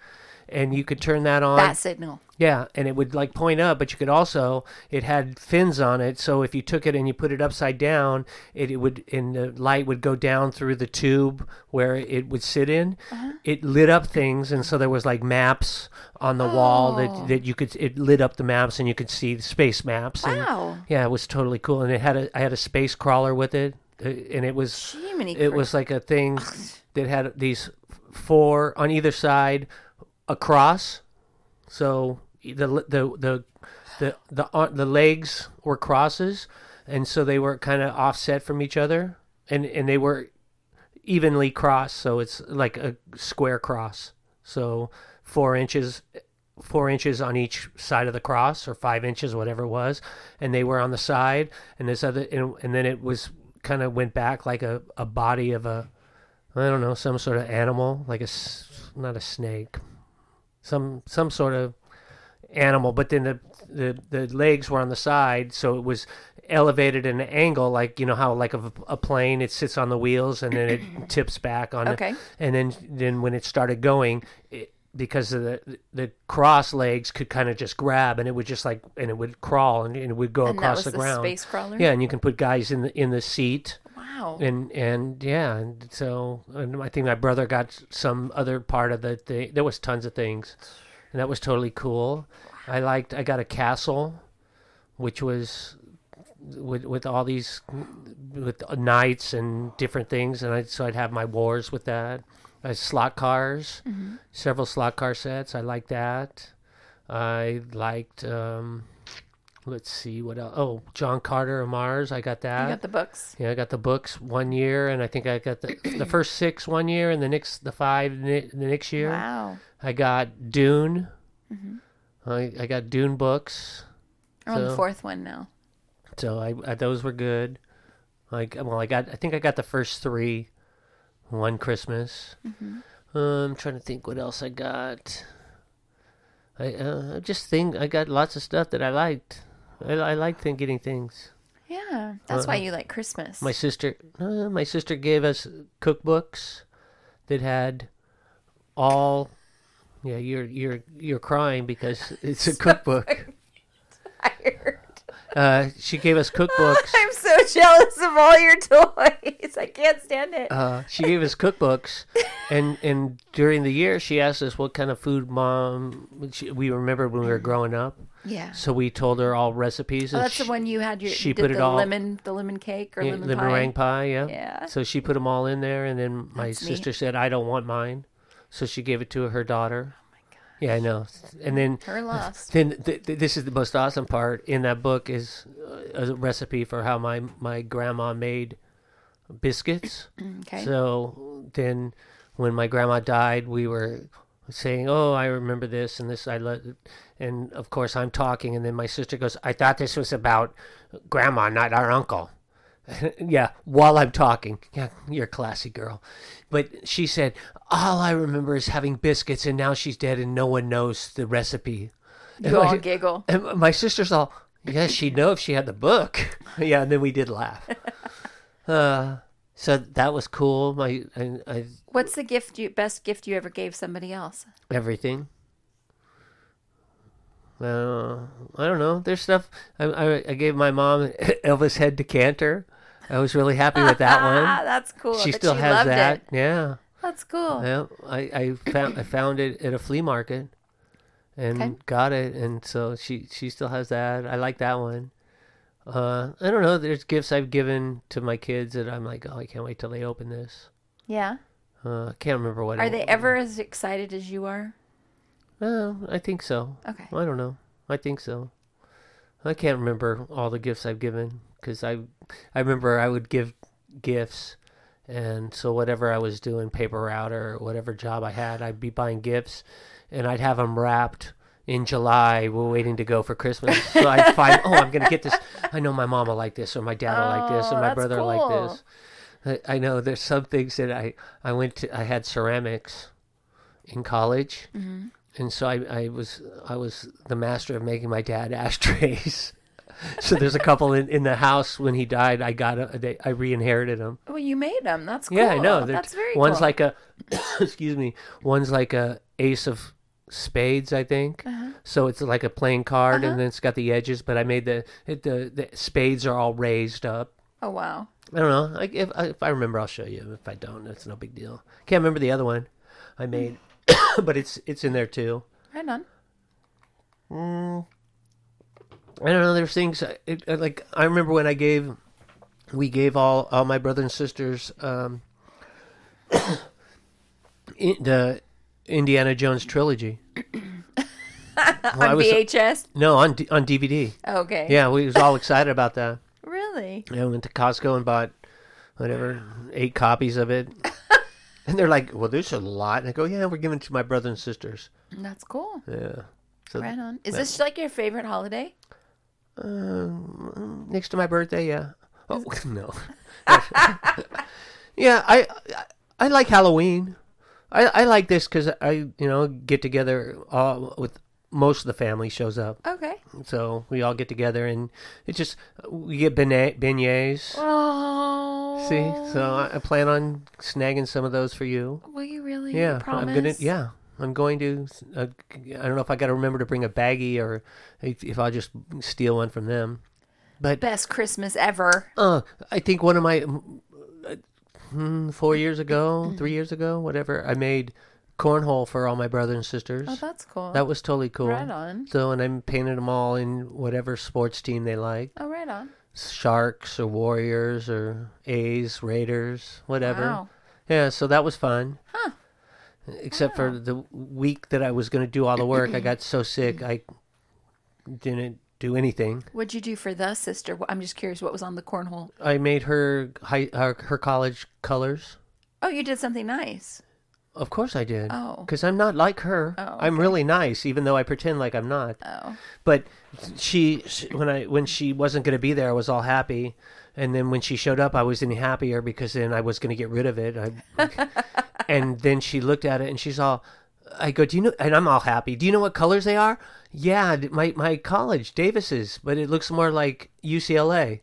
and you could turn that on
That signal.
yeah, and it would like point up, but you could also it had fins on it, so if you took it and you put it upside down, it, it would and the light would go down through the tube where it would sit in. It lit up things, and so there was like maps on the wall that that you could it lit up the maps and you could see the space maps. and-
Wow.
yeah, it was totally cool, and it had a I had a space crawler with it, uh, and it was
Jiminy
it was like a thing that had these four on either side across. So e, the the the the the, ar- the legs were crosses, and so they were kind of offset from each other, and and they were evenly crossed. So it's like a square cross. So four inches. Four inches on each side of the cross, or five inches, whatever it was, and they were on the side, and this other, and, and then it was kind of went back like a, a body of a, I don't know, some sort of animal, like a, s- not a snake, some some sort of animal. But then the, the the legs were on the side, so it was elevated at an angle, like you know how like a, a plane it sits on the wheels and then
[clears throat]
it tips back on. it.
Okay.
And then then when it started going. It, because of the the cross legs could kind of just grab and it would just like and it would crawl and, and it would go
And that
across
was
the
the
ground.
space crawler?
Yeah, and you can put guys in the in the seat
Wow.
and and yeah and so and i think my brother got some other part of the thing there was tons of things and that was totally cool i liked i got a castle which was with with all these with knights and different things and I so I'd have my wars with that. I had slot cars, several slot car sets. I liked that. I liked um Let's see what else. Oh, John Carter of Mars. I got that.
You got the books.
yeah, I got the books one year, and I think I got the the first six one year, and the next the five ni- the next year.
Wow.
I got Dune. I, I got Dune books,
I'm on the
So-
fourth one now.
so I, I those were good. Like well, I got I think I got the first three, one Christmas. Um, I'm trying to think what else I got. I uh, I just think I got lots of stuff that I liked. I, I like think getting things.
Yeah. That's why you like Christmas.
My sister, uh, my sister gave us cookbooks that had all. Yeah, you're you're you're crying
[laughs]
because it's a cookbook.
Tired.
Uh, she gave us
[laughs]
cookbooks.
[laughs] I'm so jealous of all your toys. I can't stand it.
Uh, she gave us cookbooks, and and during the year she asked us what kind of food mom she, we remembered when we were growing up.
yeah.
So we told her all recipes.
Oh,
and
that's
she-
the one you had your
she
did
put it
the
all-
lemon the lemon cake or
yeah,
lemon
the
pie.
meringue pie, yeah.
Yeah.
So she put them all in there, and then my
That's neat.
sister said, "I don't want mine," so she gave it to her daughter. Oh my
gosh.
Yeah, I know. And then
Her loss.
[laughs] Then th- th- this is the most awesome part in that book is uh, a recipe for how my my grandma made biscuits.
Okay.
So then, when my grandma died, we were saying, "Oh, I remember this and this." I let, and of course I'm talking, and then my sister goes, "I thought this was about grandma, not our uncle." [laughs] yeah, while I'm talking, yeah, you're a classy girl, but she said, "All I remember is having biscuits, and now she's dead, and no one knows the recipe."
you all giggle.
And my sister's all, yes, she'd know if she had the book. [laughs] yeah, and then we did
[laughs]
laugh. uh, so that was cool. My I, I,
What's the gift you best gift you ever gave somebody else?
everything. Uh, I don't know. There's stuff. I, I, I gave my mom [laughs] Elvis head decanter. I was really happy with that
Ah,
one.
that's [laughs] cool.
she
that
still
she
has
loved
that. Uh,
It.
Yeah.
That's cool.
Yeah, I, I found I found it at a flea market, and
Okay.
got it, and so she she still has that. I like that one. Uh, I don't know. There's gifts I've given to my kids that I'm like, oh, I can't wait till they open this.
Yeah.
Uh, I can't remember what.
Are
it
they ever as excited as you are?
Oh, I think so.
Okay.
I don't know. I think so. I can't remember all the gifts I've given because I, I remember I would give gifts, and so whatever I was doing, paper route or whatever job I had, I'd be buying gifts, and I'd have them wrapped in July. We're waiting to go for Christmas, so I'd
[laughs]
find, oh, I'm gonna get this. I know my mama like this, or my dad will like this,
Oh,
or my
that's
brother will
cool.
like this. I, I know there's some things that I I went to I had ceramics in college,
Mm-hmm.
and so I, I was I was the master of making my dad [laughs] ashtrays. so there's a couple in, in the house when he died. I got a, they, I reinherited them.
Well, you made them. That's cool.
Yeah, I know. They're-
That's very
one's
cool.
like a [coughs] excuse me. One's like a ace of spades, I think.
Uh-huh.
So it's like a playing card, and then it's got the edges. But I made the it, the the spades are all raised up.
Oh wow.
I don't know. I, if, I- if I remember, I'll show you. If I don't, it's no big deal. Can't remember the other one I made, [coughs] but it's it's in there too.
Right on.
I don't know. There's things I- it, I- like I remember when I gave, we gave all all my brothers and sisters um, [coughs] in, the Indiana Jones
[coughs]
trilogy. Well, I
On
was-
VHS.
no on D- on DVD.
Okay.
Yeah, we was all excited about that.
Really?
And I went to Costco and bought whatever eight copies of
[laughs]
it. And they're like, "Well, there's a lot." And I go, "Yeah, we're giving it to my brothers and sisters."
That's cool.
Yeah. So
Right on. Is this like your favorite holiday?
Um, next to my birthday, yeah. Oh [laughs] no. yeah, I, I I like Halloween. I I like this because I you know get together all with most of the family shows up,
Okay.
so we all get together and it just we get beignet, beignets.
Oh.
See, so I, I plan on snagging some of those for you.
Will you really? You
Yeah, I'm gonna.
promise?
Yeah, I'm going to. Uh, I don't know if I got to remember to bring a baggie or if, if I'll just steal one from them. But
Best Christmas ever.
uh, I think one of my mm, uh, hmm, four years ago,
Mm-hmm.
three years ago, whatever, I made cornhole for all my brothers and sisters.
Oh, that's cool.
that was totally cool.
Right on.
So, and I painted them all in whatever sports team they liked
Oh, right on.
Sharks or Warriors or A's, Raiders, whatever.
Wow.
Yeah, so that was fun. Huh. Except
Ah.
for the week that I was going to do all the work, I got so sick I didn't do anything.
What'd you do for the sister? Wh- I'm just curious what was on the cornhole.
I made her high, her, her college colors.
Oh, you did something nice.
Of course I did.
Oh.
Because I'm not like her.
Oh,
I'm really nice, even though I pretend like I'm not.
Oh.
But she, she when I when she wasn't going to be there, I was all happy, and then when she showed up, I was any happier because then I was going to get rid of it.
[laughs]
I, and then she looked at it and she's all, I go, do you know? And I'm all happy. Do you know what colors they are? Yeah, d- my my college Davis's, but it looks more like UCLA.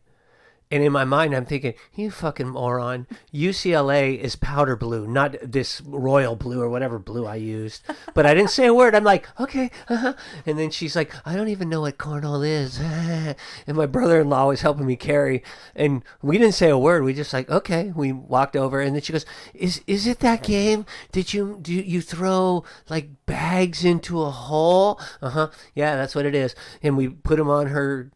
And in my mind, I'm thinking, you fucking moron. UCLA is powder blue, not this royal blue or whatever blue I used. But I didn't say a word. I'm like, okay. Uh-huh. And then she's like, I don't even know what cornhole is. [laughs] and my brother in law was helping me carry. And we didn't say a word. We just like, okay. We walked over. And then she goes, Is is it that game? Did you do you throw like bags into a hole? Uh huh. Yeah, that's what it is. And we put them on her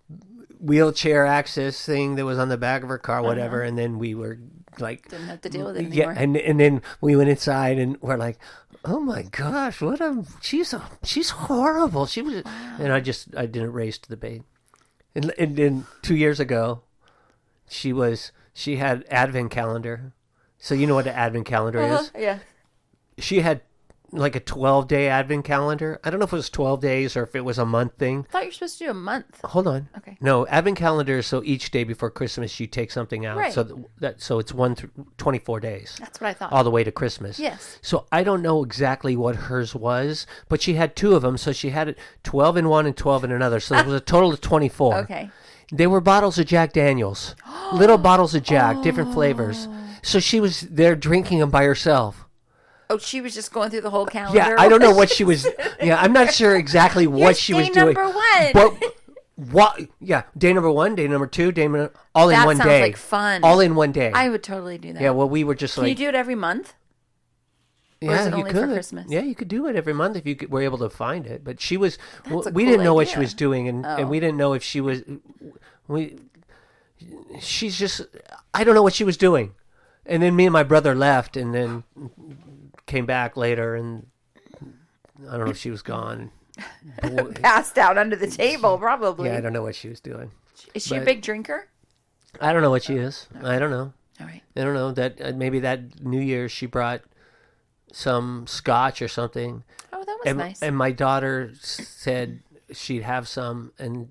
wheelchair access thing that was on the back of her car, whatever. And then we were like,
Didn't have to deal with it
yeah,
anymore.
and and then we went inside and we're like, oh my gosh, what a she's a she's horrible. She was, and I just I didn't raise to the bait. And and then two years ago, she was she had advent calendar. So you know what an advent calendar
Uh-huh,
is?
yeah.
She had like a 12 day advent calendar. I don't know if it was 12 days or if it was a month thing.
thought you were supposed to do a month.
Hold on.
Okay.
No, advent calendar. is So each day before Christmas, you take something out.
Right.
So th- that so it's one through twenty four days,
That's what I thought.
all the way to Christmas.
Uh-huh. Yes.
So I don't know exactly what hers was, but she had two of them. So she had it twelve in one and twelve in another. So it was a total of twenty four.
[laughs] okay.
They were bottles of Jack
[gasps]
Daniels, little bottles of Jack, different flavors. So she was there drinking them by herself.
Oh, she was just going through the whole calendar.
Yeah, I don't know what she was. Yeah, I'm not sure
[laughs]
exactly what she was
day
doing.
number one.
But what? Yeah, day number one, day number two, day number all in
That
one
sounds
day.
like fun.
All in one day.
I would totally do that.
yeah. Well, we were just
Can
like.
you do it every month? or
yeah,
is it
you
only for
could.
Christmas?
Yeah, you could do it every month if you could, were able to find it. But she was. w-
a
we
cool
didn't know what she
idea.
was doing, and,
Oh.
and we didn't know if she was. We. She's just. I don't know what she was doing, and then me and my brother left, and then came back later, and I don't know if she was gone. Boy,
[laughs] Passed out under the table, probably.
Yeah, I don't know what she was doing.
is she a
but-
big drinker?
I don't know what she
Oh,
is. I don't know.
All right.
I don't know that uh, maybe that New Year's she brought some scotch or something,
Oh, that was
and
nice.
and my daughter said she'd have some, and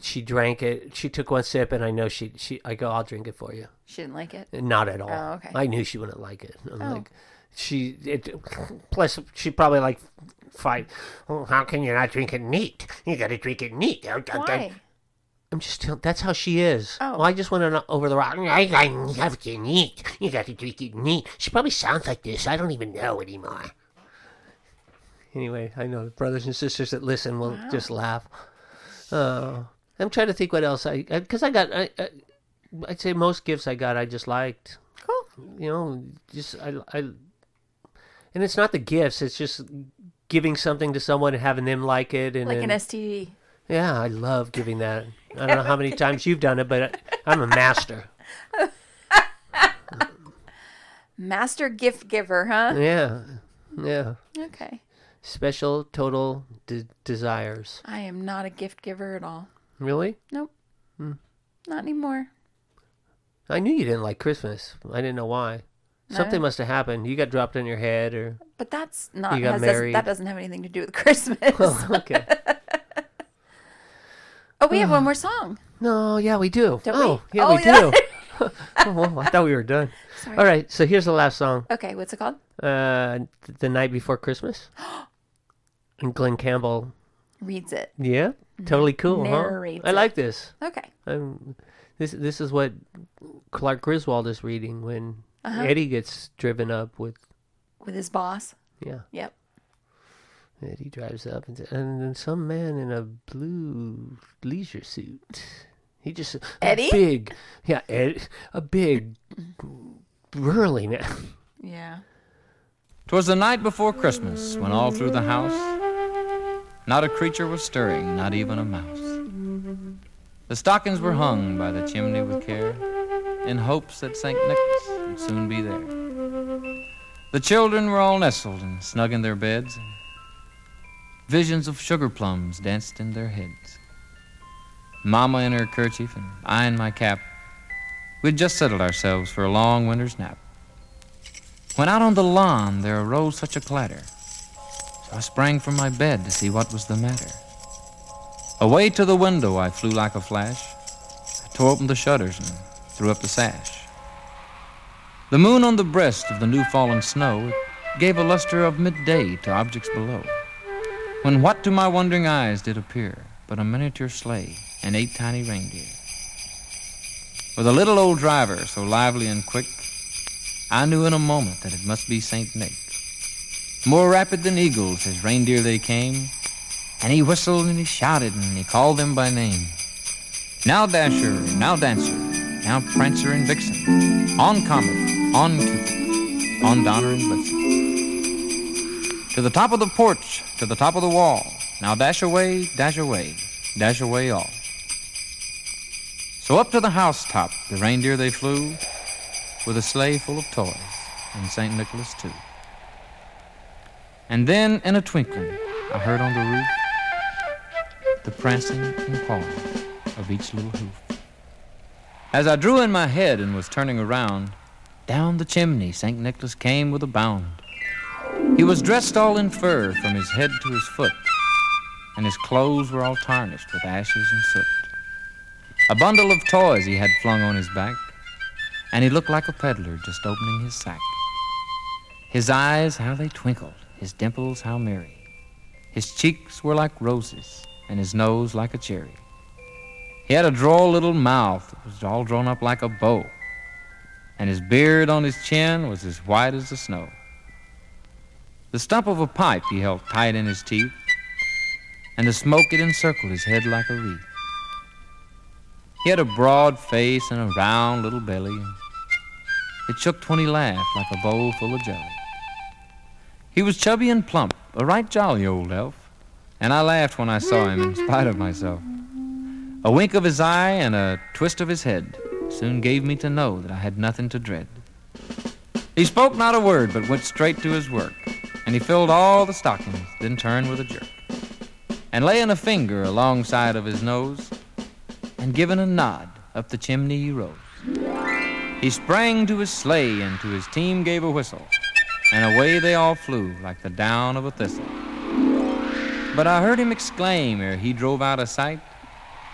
she drank it. She took one sip, and I know she she. I go, I'll drink it for you.
she didn't like it.
And Not at all.
Oh, okay.
I knew she wouldn't like it. I'm
Oh.
like, she. It, plus, she probably like fight. Oh, how can you not drink it neat? You got to drink it neat.
Why?
I'm just telling. That's how she is.
Oh.
Well, I just went on over the rock. I got something neat. You got to drink it neat. She probably sounds like this. I don't even know anymore. Anyway, I know the brothers and sisters that listen will just laugh. Uh, I'm trying to think what else I because I, got. I, I, I'd say most gifts I got I just liked.
Cool.
You know, just I, I. And it's not the gifts. It's just giving something to someone and having them like it and
Like
then,
an STD.
yeah, I love giving that. I don't know how many times you've done it, but I- I'm a master.
Master gift giver, huh?
Yeah, yeah.
Okay.
Special total de- desires.
I am not a gift giver at all.
Really?
Nope.
Hmm.
Not anymore.
I knew you didn't like Christmas. I didn't know why.
No.
Something must have happened. You got dropped on your head,
[laughs]
or
But that's not
You got
has-
married.
doesn't, that doesn't have anything to do with [laughs] Christmas.
[laughs] oh, okay.
oh, we have one more song.
No, yeah, we do.
Don't
oh,
we?
yeah,
Oh,
we
yeah.
do.
[laughs]
[laughs] oh, well, I thought we were done.
Sorry.
All right, so here's the last song.
Okay, what's it called?
Uh, Th- the night before Christmas.
[gasps]
And Glenn Campbell.
Reads it.
Yeah, totally cool.
Narrates
huh? I
it.
like this.
Okay.
Um, this this is what Clark Griswold is reading when Eddie gets driven up with
With his boss.
yeah
Yep.
Eddie drives up and, and then some man in a blue leisure suit he just a
Eddie?
big yeah Ed, a big burly man
Yeah.
Twas the night before Christmas when all through the house not a creature was stirring, not even a mouse. The stockings were hung by the chimney with care in hopes that St. Nicholas would soon be there. The children were all nestled and snug in their beds. and Visions of sugar plums danced in their heads.
Mama in her kerchief and I in my cap. We'd just settled ourselves for a long winter's nap. When out on the lawn there arose such a clatter, so I sprang from my bed to see what was the matter. Away to the window I flew like a flash. I tore open the shutters and threw up the sash. The moon on the breast of the new fallen snow gave a luster of midday to objects below. When what to my wondering eyes did appear but a miniature sleigh and eight tiny reindeer. With a little old driver so lively and quick, I knew in a moment that it must be Saint Nick. More rapid than eagles, his reindeer they came, and he whistled and he shouted and he called them by name. Now Dasher, now Dancer, now Prancer and Vixen, on Comet, on Cupid, on Donner and Blitzen. To the top of the porch, to the top of the wall, now dash away, dash away, dash away all. So up to the housetop, the reindeer they flew, with a sleigh full of toys, and St. Nicholas too. And then, in a twinkling, I heard on the roof the prancing and pawing of each little hoof. As I drew in my head and was turning around, down the chimney St. Nicholas came with a bound. He was dressed all in fur from his head to his foot, and his clothes were all tarnished with ashes and soot. A bundle of toys he had flung on his back, and he looked like a peddler just opening his sack. His eyes, how they twinkled, his dimples, how merry. His cheeks were like roses, and his nose like a cherry. He had a droll little mouth that was all drawn up like a bow, and his beard on his chin was as white as the snow. The stump of a pipe he held tight in his teeth, and the smoke it encircled his head like a wreath. He had a broad face and a round little belly. It shook when he laughed like a bowl full of jelly. He was chubby and plump, a right jolly old elf, and I laughed when I saw him in spite of myself. A wink of his eye and a twist of his head soon gave me to know that I had nothing to dread. He spoke not a word, but went straight to his work, and he filled all the stockings, then turned with a jerk, and laying a finger alongside of his nose, and giving a nod, up the chimney he rose. He sprang to his sleigh, and to his team gave a whistle, and away they all flew like the down of a thistle. But I heard him exclaim ere he drove out of sight,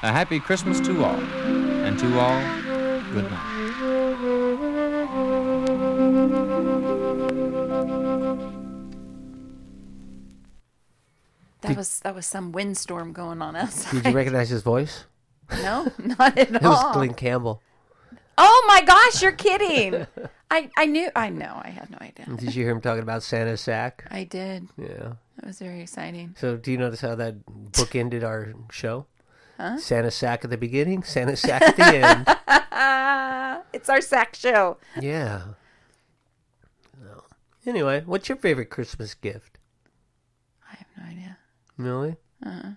"A happy Christmas to all, and to all, good night."
That was that was some windstorm going on outside.
Did you recognize his voice?
[laughs] No, not at
[laughs] It was
all.
Glenn Campbell.
Oh my gosh,
[laughs]
you're kidding! I I knew I know I had no idea.
Did you hear him talking about Santa's sack?
I did.
Yeah.
That was very exciting.
So do you notice how that book ended our show? Santa's sack at the beginning, Santa's sack at the end.
Ah, it's our sack show.
Yeah. No. Anyway, what's your favorite Christmas gift?
I have no idea.
Really? Uh-huh.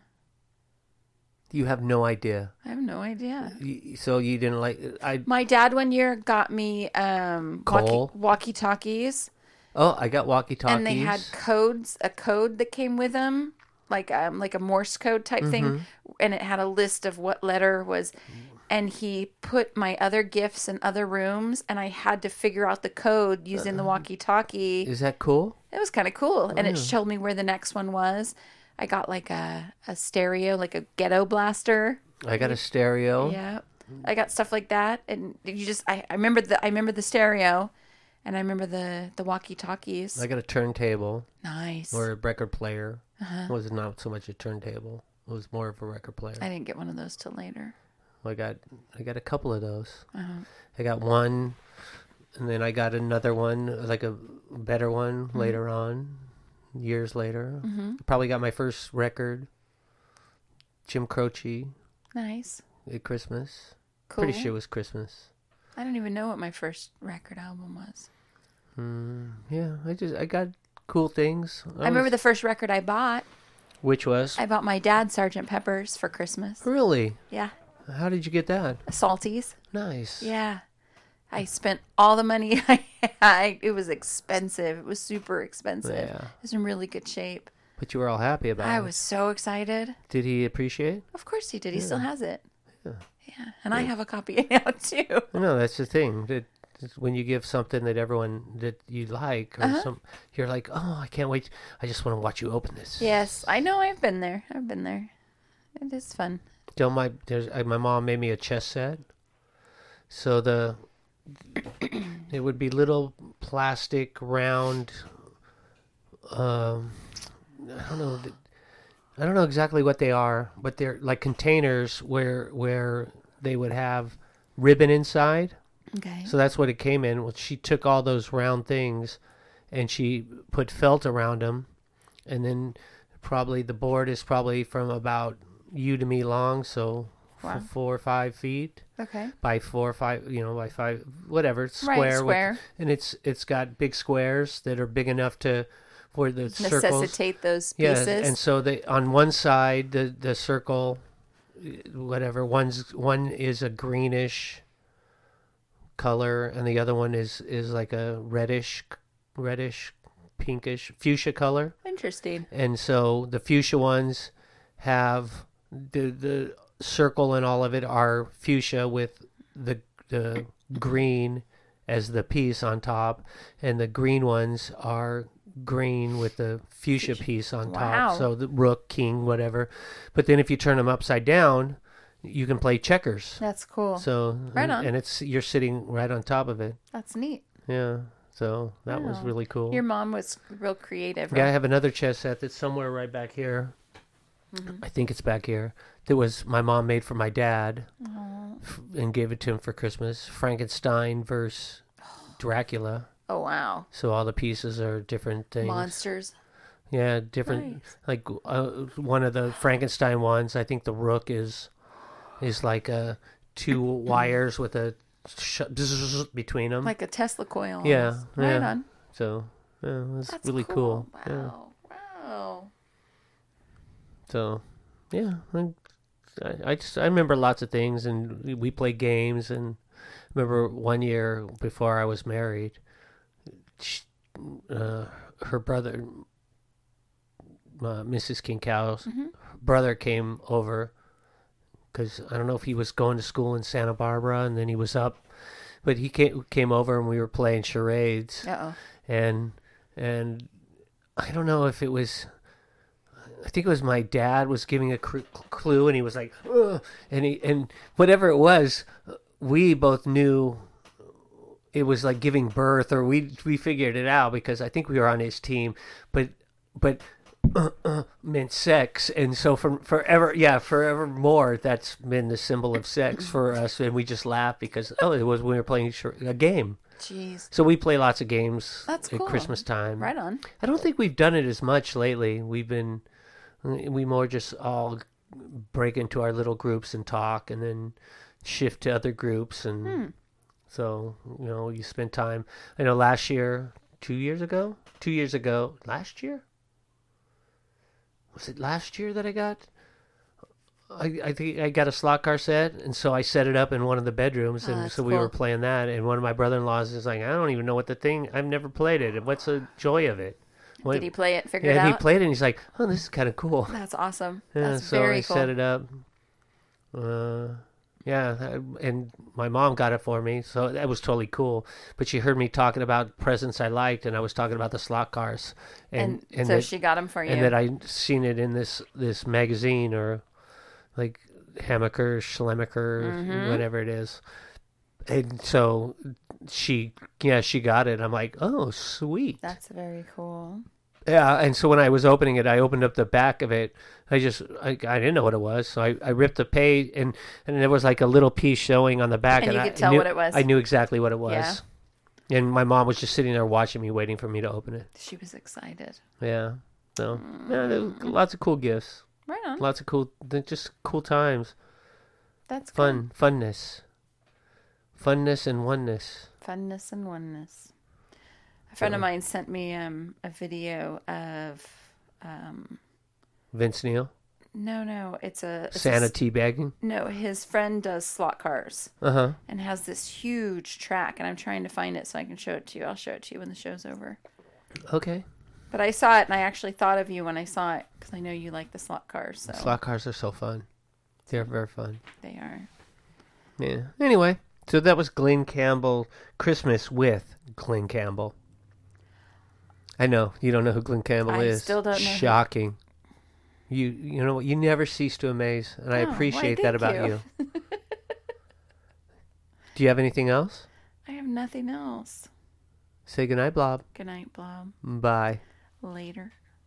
You have no idea.
I have no idea.
You, so you didn't like I
My dad one year got me um
Coal?
walkie talkies,
Oh, I got walkie-talkies.
and they had codes, a code that came with them, like um like a Morse code type thing,
Mm-hmm.
and it had a list of what letter was. And he put my other gifts in other rooms, and I had to figure out the code using the walkie talkie.
um, Is Oh, that cool?
It was kind of cool, and it showed me where the next one was. I got like a a stereo, like a ghetto blaster.
I got a stereo.
Yeah, I got stuff like that, and you just I, I remember the I remember the stereo, and I remember the the walkie talkies.
I got a turntable
nice.
or a record player.
Uh-huh.
It was not so much a turntable. It was more of a record player.
I didn't get one of those till later.
I got I got a couple of those.
Uh-huh.
I got one, and then I got another one, like a better one
Mm-hmm.
later on, years later. Probably got my first record, Jim Croce
Nice,
at Christmas.
cool.
Pretty sure it was Christmas.
I don't even know what my first record album was.
Yeah, I just I got cool things.
I remember the first record I bought.
which was
I bought my dad Sergeant Pepper's for Christmas.
really.
Yeah,
How did you get that?
Salties.
Nice.
Yeah. I spent all the money [laughs] I had. It was expensive. It was super expensive.
Yeah.
It was in really good shape.
But you were all happy about
I
it.
was so excited.
Did he appreciate?
Of course he did. He still has it. And I have a copy [laughs] now too.
No, that's the thing. That it's when you give something that everyone that you like or some, you're like, oh, I can't wait. I just want to watch you open this.
Yes, I know. I've been there. I've been there. It is fun.
Don't my there's I, my mom made me a chess set. So the it would be little plastic round. Um, I don't know. the- I don't know exactly what they are, but they're like containers where where they would have ribbon inside.
Okay.
So that's what it came in. Well, she took all those round things, and she put felt around them, and then probably the board is probably from about you to me long, so f-
Wow.
four or five feet
Okay.
by four or five, you know, by five, whatever it's
Right,
square. with-
square.
and it's it's got big squares that are big enough to for the circles.
Necessitate those
Yeah,
pieces.
and so they on one side the the circle, whatever one's one is a greenish color, and the other one is is like a reddish, reddish, pinkish fuchsia color.
Interesting.
And so the fuchsia ones have the the circle and all of it are fuchsia with the the green as the piece on top, and the green ones are green with the fuchsia piece on
Wow.
top. So the rook, king, whatever. But then if you turn them upside down, you can play checkers.
That's cool.
So
Right on.
and it's you're sitting right on top of it.
That's neat.
Yeah. So that was
Wow.
really cool.
Your mom was real creative.
Yeah, I have another chess set that's somewhere right back here.
Mm-hmm.
I think it's back here. That was my mom made for my dad f- and gave it to him for Christmas. Frankenstein
[gasps]
versus Dracula.
Oh wow.
So all the pieces are different things.
Monsters.
Yeah, different.
Nice.
Like uh, one of the Frankenstein ones, I think the rook is is like uh,
[clears throat]
two wires with a sh- between them.
Like a Tesla coil.
Yeah,
almost. Right
yeah.
on.
so yeah, it's
That's
really cool. Yeah.
Wow. Wow.
So, yeah, I, I just I remember lots of things, and we played games. And remember one year before I was married, sh uh, her brother, uh, Mrs. Kinkow's brother, came over because I don't know if he was going to school in Santa Barbara, and then he was up. But he came came over and we were playing charades
Uh oh.
and and I don't know if it was. I think it was my dad was giving a cr- clue, and he was like, Ugh, and he and whatever it was, we both knew it was like giving birth, or we we figured it out because I think we were on his team, but but [clears throat] uh, uh, meant sex, and so from forever, yeah, forevermore, that's been the symbol of sex for us, and we just laugh because oh, it was when we were playing sh- a game.
Jeez.
So we play lots of games
That's
at
cool.
Christmas time.
Right on.
I don't think we've done it as much lately. We've been we more just all break into our little groups and talk and then shift to other groups and
Hmm.
so, you know, you spend time. I know last year, 2 years ago, 2 years ago, last year was it last year that I got I, I think I got a slot car set, and so I set it up in one of the bedrooms,
Oh,
and
that's
so we were
cool.
playing that. And one of my brother-in-laws is like, "I don't even know what the thing. I've never played it. And what's the joy of it?" What-
Did he play it? Figure
yeah,
it
and
out.
he played it, and he's like, "Oh, this is kind of cool."
That's awesome.
Yeah,
That's
so
very
I
cool.
set it up. Uh, yeah, I- and my mom got it for me, so that was totally cool. But she heard me talking about presents I liked, and I was talking about the slot cars,
and,
and
so
that-
she got him for you.
and that I seen it in this this magazine or like Hamaker, Schlemaker,
Mm-hmm.
whatever it is. And so she, yeah, she got it. I'm like, oh, sweet.
That's very cool.
Yeah, and so when I was opening it, I opened up the back of it. I just, I, I didn't know what it was, so I, I ripped the page, and and there was like a little piece showing on the back,
And you
I
could tell
knew,
what it was.
I knew exactly what it was. And my mom was just sitting there watching me, waiting for me to open it.
She was excited.
Yeah, so yeah, there was
Mm.
lots of cool gifts,
Right on.
lots of cool, they're just cool times,
That's cool.
fun, funness, funness and oneness.
funness and oneness. A friend of mine sent me um, a video of um,
Vince Neil,
no, no, it's a it's a s-
Santa teabagging.
no, his friend does slot cars
Uh huh.
and has this huge track, and I'm trying to find it so I can show it to you. I'll show it to you when the show's over.
Okay.
But I saw it, and I actually thought of you when I saw it because I know you like the slot cars. So
Slot cars are so fun. They're very fun.
They are.
Yeah. Anyway, so that was Glenn Campbell Christmas with Glenn Campbell. I know you don't know who Glenn Campbell
I
is.
still don't know who-
Shocking. You you know what? You never cease to amaze, and I
Oh, why,
appreciate
thank
that about
you.
you.
[laughs]
Do you have anything else?
I have nothing else.
Say goodnight, Blob.
Good night, Blob.
Bye.
Later.